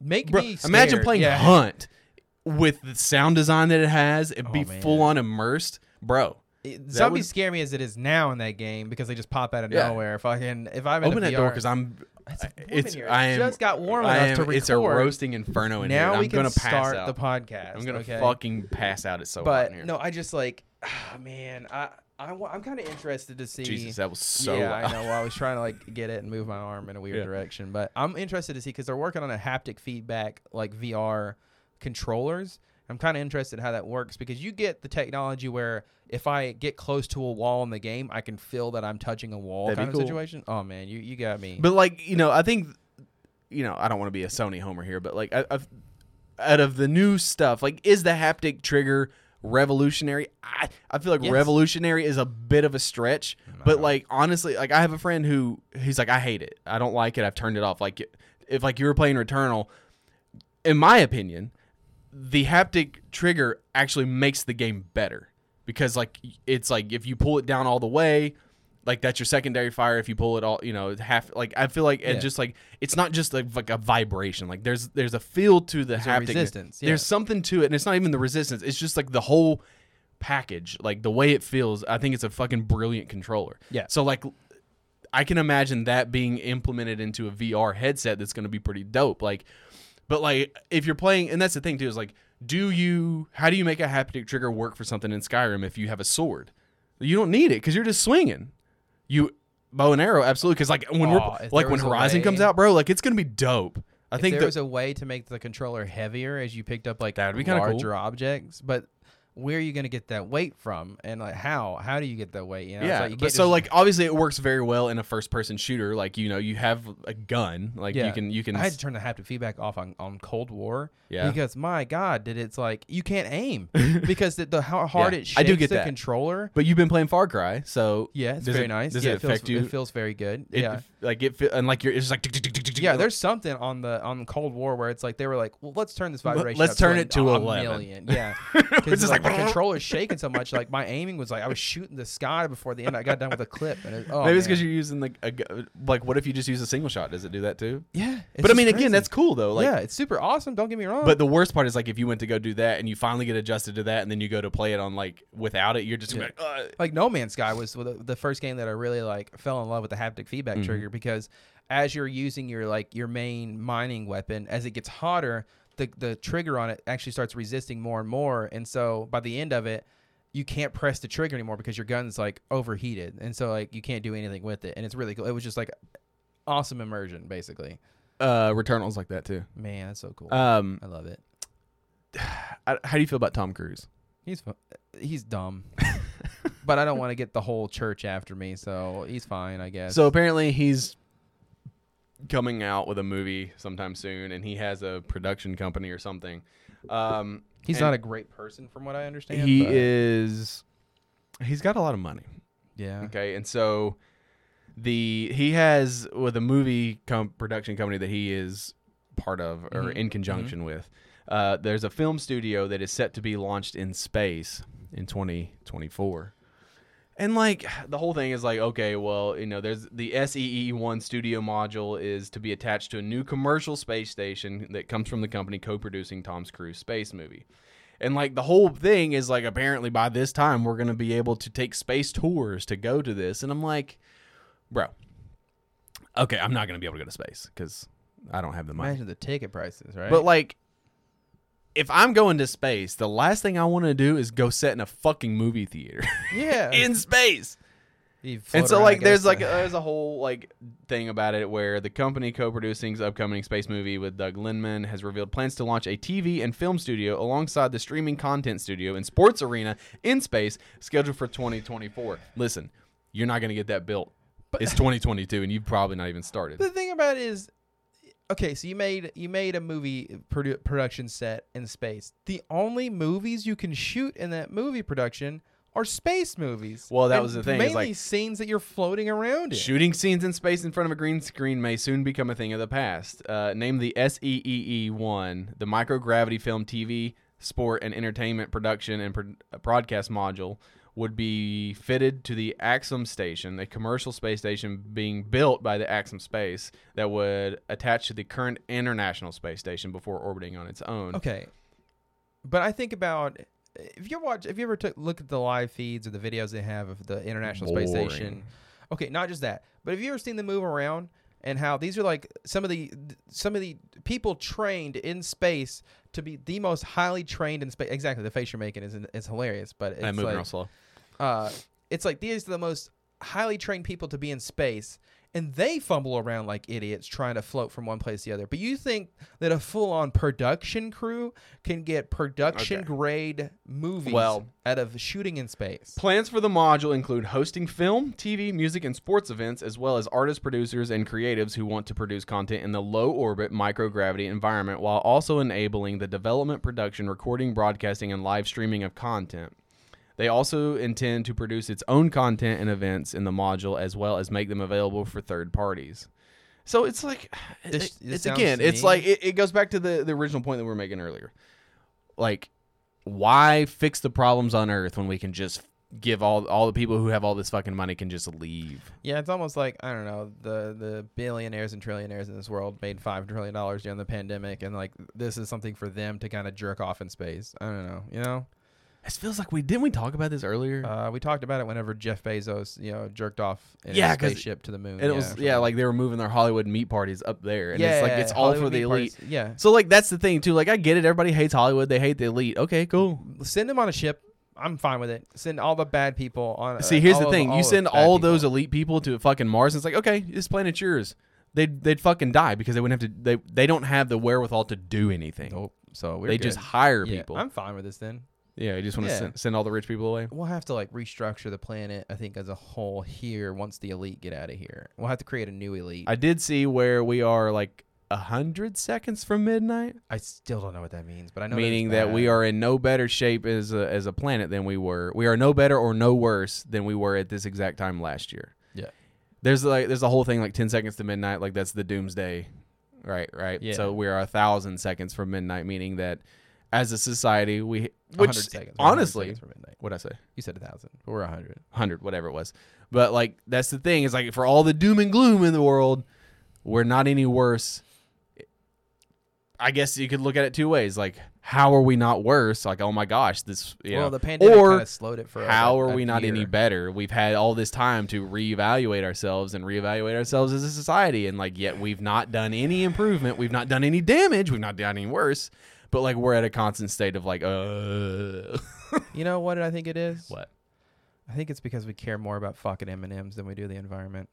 [SPEAKER 1] make
[SPEAKER 2] bro,
[SPEAKER 1] me
[SPEAKER 2] imagine
[SPEAKER 1] scared.
[SPEAKER 2] playing
[SPEAKER 1] Yeah.
[SPEAKER 2] Hunt with the sound design that it has and be
[SPEAKER 1] Oh, man.
[SPEAKER 2] full on immersed, bro.
[SPEAKER 1] It-
[SPEAKER 2] That
[SPEAKER 1] zombies
[SPEAKER 2] would-
[SPEAKER 1] scare me as it is now in that game because they just pop out of
[SPEAKER 2] Yeah.
[SPEAKER 1] nowhere. Fucking if I'm
[SPEAKER 2] Open
[SPEAKER 1] in a
[SPEAKER 2] that
[SPEAKER 1] VR,
[SPEAKER 2] door because I'm.
[SPEAKER 1] It's warm in
[SPEAKER 2] It's
[SPEAKER 1] here. It
[SPEAKER 2] I am,
[SPEAKER 1] just got warm
[SPEAKER 2] I
[SPEAKER 1] enough to
[SPEAKER 2] am- It's a
[SPEAKER 1] record.
[SPEAKER 2] roasting inferno in here.
[SPEAKER 1] now
[SPEAKER 2] and
[SPEAKER 1] we
[SPEAKER 2] I'm
[SPEAKER 1] can
[SPEAKER 2] gonna pass
[SPEAKER 1] start
[SPEAKER 2] out.
[SPEAKER 1] the podcast.
[SPEAKER 2] I'm gonna
[SPEAKER 1] okay?
[SPEAKER 2] fucking pass out. It's so hot in
[SPEAKER 1] But
[SPEAKER 2] here.
[SPEAKER 1] no, I just like, ah, man, I, I am kind of interested to see.
[SPEAKER 2] Jesus, that was so
[SPEAKER 1] yeah,
[SPEAKER 2] loud.
[SPEAKER 1] I know. Well, I was trying to like get it and move my arm in a weird
[SPEAKER 2] Yeah.
[SPEAKER 1] direction, but I'm interested to see because they're working on a haptic feedback like VR controllers. I'm kind of interested how that works because you get the technology where if I get close to a wall in the game, I can feel that I'm touching a wall
[SPEAKER 2] That'd be
[SPEAKER 1] kind of
[SPEAKER 2] cool.
[SPEAKER 1] situation. Oh man, you you got me.
[SPEAKER 2] But like you know, I think you know I don't want to be a Sony homer here, but like I I've, out of the new stuff? Like, is the haptic trigger revolutionary? I, I feel like
[SPEAKER 1] Yes.
[SPEAKER 2] revolutionary is a bit of a stretch, but like honestly, like I have a friend who he's like, I hate it. I don't like it. I've turned it off. Like, if like you were playing Returnal, in my opinion, the haptic trigger actually makes the game better because like it's like if you pull it down all the way like that's your secondary fire if you pull it all you know half like i feel like it
[SPEAKER 1] Yeah.
[SPEAKER 2] just like it's not just like, like a vibration like there's there's a feel to the
[SPEAKER 1] a
[SPEAKER 2] haptic
[SPEAKER 1] resistance, yeah.
[SPEAKER 2] there's something to it and it's not even the resistance it's just like the whole package like the way it feels i think it's a fucking brilliant controller
[SPEAKER 1] Yeah.
[SPEAKER 2] so like I can imagine that being implemented into a VR headset that's going to be pretty dope. Like, but like if you're playing, and that's the thing too is like, do you how do you make a haptic trigger work for something in Skyrim if you have a sword? You don't need it because you're just swinging. You bow and arrow absolutely because like when
[SPEAKER 1] Aw,
[SPEAKER 2] we're
[SPEAKER 1] if
[SPEAKER 2] like
[SPEAKER 1] there
[SPEAKER 2] when
[SPEAKER 1] was a
[SPEAKER 2] Horizon
[SPEAKER 1] way-
[SPEAKER 2] comes out, bro, like it's gonna be dope. I
[SPEAKER 1] I
[SPEAKER 2] think
[SPEAKER 1] think there
[SPEAKER 2] that-
[SPEAKER 1] was a way to make the controller heavier as you picked up like
[SPEAKER 2] That'd be kinda cool.
[SPEAKER 1] larger objects, but where are you going to get that weight from? And like how how do you get that weight? You know, it's
[SPEAKER 2] Yeah,
[SPEAKER 1] you
[SPEAKER 2] but
[SPEAKER 1] can't
[SPEAKER 2] so
[SPEAKER 1] just-
[SPEAKER 2] like obviously it works very well in a first-person shooter. Like you know you have a gun, like you can you can
[SPEAKER 1] I had to turn the haptic feedback off on, on Cold War.
[SPEAKER 2] Yeah.
[SPEAKER 1] Because my God, did it's like you can't aim because the, the how hard
[SPEAKER 2] Yeah,
[SPEAKER 1] it
[SPEAKER 2] I
[SPEAKER 1] shakes
[SPEAKER 2] do get
[SPEAKER 1] the
[SPEAKER 2] that.
[SPEAKER 1] controller.
[SPEAKER 2] But you've been playing Far Cry, so
[SPEAKER 1] Yeah, it's
[SPEAKER 2] does
[SPEAKER 1] very
[SPEAKER 2] it-
[SPEAKER 1] nice.
[SPEAKER 2] Does
[SPEAKER 1] yeah,
[SPEAKER 2] it
[SPEAKER 1] feels,
[SPEAKER 2] affect you?
[SPEAKER 1] It feels very good.
[SPEAKER 2] It-
[SPEAKER 1] yeah.
[SPEAKER 2] like it fe- and like you're it's just like tick, tick, tick, tick, tick, tick,
[SPEAKER 1] Yeah,
[SPEAKER 2] like-
[SPEAKER 1] there's something on the on Cold War where it's like they were like, well, let's turn this vibration.
[SPEAKER 2] let's
[SPEAKER 1] up
[SPEAKER 2] turn
[SPEAKER 1] like
[SPEAKER 2] it to
[SPEAKER 1] a
[SPEAKER 2] 11.
[SPEAKER 1] million. Yeah, because
[SPEAKER 2] just
[SPEAKER 1] like, the
[SPEAKER 2] like,
[SPEAKER 1] controller's shaking so much. Like my aiming was like I was shooting the sky before the end. I got done with a clip, and it, oh,
[SPEAKER 2] maybe it's because
[SPEAKER 1] man.
[SPEAKER 2] you're using like a, gu- like what if you just use a single shot? Does it do that too?
[SPEAKER 1] yeah. it's
[SPEAKER 2] but I
[SPEAKER 1] just
[SPEAKER 2] mean,
[SPEAKER 1] crazy.
[SPEAKER 2] again, that's cool though. Like,
[SPEAKER 1] yeah, it's super awesome. Don't get me wrong.
[SPEAKER 2] But the worst part is like if you went to go do that and you finally get adjusted to that and then you go to play it on like without it, you're just gonna be like, uh,
[SPEAKER 1] like No Man's Sky was the, the first game that I really like fell in love with the haptic feedback trigger because as you're using your like your main mining weapon, as it gets hotter, the the trigger on it actually starts resisting more and more, and so by the end of it. You can't press the trigger anymore because your gun's like overheated, and so like you can't do anything with it, and it's really cool. It was just like awesome immersion, basically.
[SPEAKER 2] uh, Returnal's like that too.
[SPEAKER 1] Man, that's so cool.
[SPEAKER 2] Um,
[SPEAKER 1] I love it.
[SPEAKER 2] I, how do you feel about Tom Cruise?
[SPEAKER 1] He's fu- he's dumb, but I don't want to get the whole church after me, so he's fine, I guess.
[SPEAKER 2] So apparently he's coming out with a movie sometime soon, and he has a production company or something. Um,
[SPEAKER 1] He's
[SPEAKER 2] And-
[SPEAKER 1] not a great person, from what I understand.
[SPEAKER 2] he
[SPEAKER 1] but-
[SPEAKER 2] is he's got a lot of money
[SPEAKER 1] Yeah.
[SPEAKER 2] okay and so the he has with a movie com- production company that he is part of or in conjunction with uh, there's a film studio that is set to be launched in space in 2024 and like the whole thing is like okay well you know there's the SEE1 studio module is to be attached to a new commercial space station that comes from the company co-producing Tom Cruise space movie. And like the whole thing is like apparently by this time we're going to be able to take space tours to go to this and I'm like bro okay I'm not going to be able to go to space cuz I don't have the money.
[SPEAKER 1] Imagine the ticket prices, right?
[SPEAKER 2] But like if I'm going to space, the last thing I want to do is go set in a fucking movie theater
[SPEAKER 1] yeah.
[SPEAKER 2] in space
[SPEAKER 1] You float
[SPEAKER 2] and so
[SPEAKER 1] around, I
[SPEAKER 2] like there's
[SPEAKER 1] guess,
[SPEAKER 2] like
[SPEAKER 1] uh,
[SPEAKER 2] there's a whole like thing about it where the company co-producing's upcoming space movie with Doug Lineman has revealed plans to launch a TV and film studio alongside the streaming content studio and sports arena in space scheduled for 2024. Listen, you're not going to get that built. it's 2022 and you've probably not even started.
[SPEAKER 1] the thing about it is, okay, so you made you made a movie produ- production set in space. The only movies you can shoot in that movie production are space movies.
[SPEAKER 2] Well, that
[SPEAKER 1] And
[SPEAKER 2] was the thing, is,
[SPEAKER 1] Mainly
[SPEAKER 2] like-
[SPEAKER 1] scenes that you're floating around in.
[SPEAKER 2] Shooting scenes in space in front of a green screen may soon become a thing of the past. Uh, named the SEEE1, E the microgravity film, TV, sport, and entertainment production and pro- uh, broadcast module would be fitted to the Axum station, a commercial space station being built by the Axum Space that would attach to the current International Space Station before orbiting on its own.
[SPEAKER 1] Okay, but I think about if you watch, if you ever took look at the live feeds or the videos they have of the International Space
[SPEAKER 2] Boring.
[SPEAKER 1] Station. Okay, not just that, but have you ever seen them move around and how these are like some of the some of the people trained in space to be the most highly trained in space? Exactly, the face you're making is is hilarious, but it's
[SPEAKER 2] I'm moving
[SPEAKER 1] like,
[SPEAKER 2] real slow.
[SPEAKER 1] uh, it's like these are the most highly trained people to be in space, and they fumble around like idiots trying to float from one place to the other. But you think that a full on production crew can get production grade movies
[SPEAKER 2] Well-
[SPEAKER 1] out of shooting in space?
[SPEAKER 2] Plans for the module include hosting film, TV, music, and sports events, as well as artists, producers, and creatives who want to produce content in the low orbit microgravity environment while also enabling the development, production, recording, broadcasting, and live streaming of content. They also intend to produce its own content and events in the module as well as make them available for third parties. So it's like,
[SPEAKER 1] This-
[SPEAKER 2] it-
[SPEAKER 1] this
[SPEAKER 2] it's
[SPEAKER 1] sounds
[SPEAKER 2] again,
[SPEAKER 1] to
[SPEAKER 2] it's
[SPEAKER 1] me-
[SPEAKER 2] like, it, it goes back to the, the original point that we were making earlier. Like, why fix the problems on earth when we can just give all all the people who have all this fucking money can just leave
[SPEAKER 1] Yeah, it's almost like I don't know the the billionaires and trillionaires in this world made five trillion dollars during the pandemic, and like this is something for them to kind of jerk off in space. I don't know, you know.
[SPEAKER 2] this feels like we didn't we talk about this earlier
[SPEAKER 1] Uh, we talked about it whenever Jeff Bezos, you know, jerked off in
[SPEAKER 2] Yeah,
[SPEAKER 1] a
[SPEAKER 2] 'cause-
[SPEAKER 1] spaceship to the moon.
[SPEAKER 2] and it was yeah like they were moving their hollywood meat parties up there and it's like it's all
[SPEAKER 1] Hollywood
[SPEAKER 2] for the
[SPEAKER 1] meat
[SPEAKER 2] elite
[SPEAKER 1] parties. Yeah,
[SPEAKER 2] so like that's the thing too like i get it everybody hates hollywood they hate the elite okay cool
[SPEAKER 1] send them on a ship. I'm fine with it. Send all the bad people on.
[SPEAKER 2] see
[SPEAKER 1] uh,
[SPEAKER 2] here's
[SPEAKER 1] all
[SPEAKER 2] the
[SPEAKER 1] of-
[SPEAKER 2] thing you
[SPEAKER 1] of
[SPEAKER 2] send
[SPEAKER 1] bad
[SPEAKER 2] all
[SPEAKER 1] people.
[SPEAKER 2] those elite people to fucking mars and it's like okay this planet's yours They'd, they'd fucking die because they wouldn't have to they, they don't have the wherewithal to do anything
[SPEAKER 1] Nope. So we're
[SPEAKER 2] they
[SPEAKER 1] good.
[SPEAKER 2] just hire
[SPEAKER 1] Oh, Yeah,
[SPEAKER 2] people
[SPEAKER 1] I'm fine with this then.
[SPEAKER 2] yeah you just want to
[SPEAKER 1] Yeah.
[SPEAKER 2] send, send all the rich people away
[SPEAKER 1] we'll have to like restructure the planet i think as a whole here once the elite get out of here we'll have to create a new elite
[SPEAKER 2] I did see where we are like a hundred seconds from midnight,
[SPEAKER 1] i still don't know what Oh, that means but i know it's
[SPEAKER 2] meaning that we
[SPEAKER 1] bad.
[SPEAKER 2] are in no better shape as a, as a planet than we were. We are no better or no worse than we were at this exact time last year.
[SPEAKER 1] Yeah.
[SPEAKER 2] There's like there's a whole thing like ten seconds to midnight, like that's the doomsday, right? Right.
[SPEAKER 1] Yeah.
[SPEAKER 2] So we are a thousand seconds from midnight, meaning that as a society we
[SPEAKER 1] A
[SPEAKER 2] which
[SPEAKER 1] hundred seconds We're a hundred
[SPEAKER 2] honestly
[SPEAKER 1] seconds from midnight.
[SPEAKER 2] what I say
[SPEAKER 1] you said a thousand but we're a hundred
[SPEAKER 2] hundred whatever it was, but like that's the thing is like for all the doom and gloom in the world, we're not any worse. I guess you could look at it two ways. Like, how are we not worse? Like, oh my gosh, this. You
[SPEAKER 1] well
[SPEAKER 2] know.
[SPEAKER 1] the pandemic
[SPEAKER 2] or
[SPEAKER 1] kind of slowed it for
[SPEAKER 2] how
[SPEAKER 1] a,
[SPEAKER 2] are
[SPEAKER 1] a
[SPEAKER 2] we not any
[SPEAKER 1] year.
[SPEAKER 2] better? We've had all this time to reevaluate ourselves and reevaluate ourselves as a society, and like yet we've not done any improvement. We've not done any damage. We've not done any worse. But like we're at a constant state of like, uh,
[SPEAKER 1] you know what i think it is
[SPEAKER 2] what?
[SPEAKER 1] i think it's because we care more about fucking m&ms than we do the environment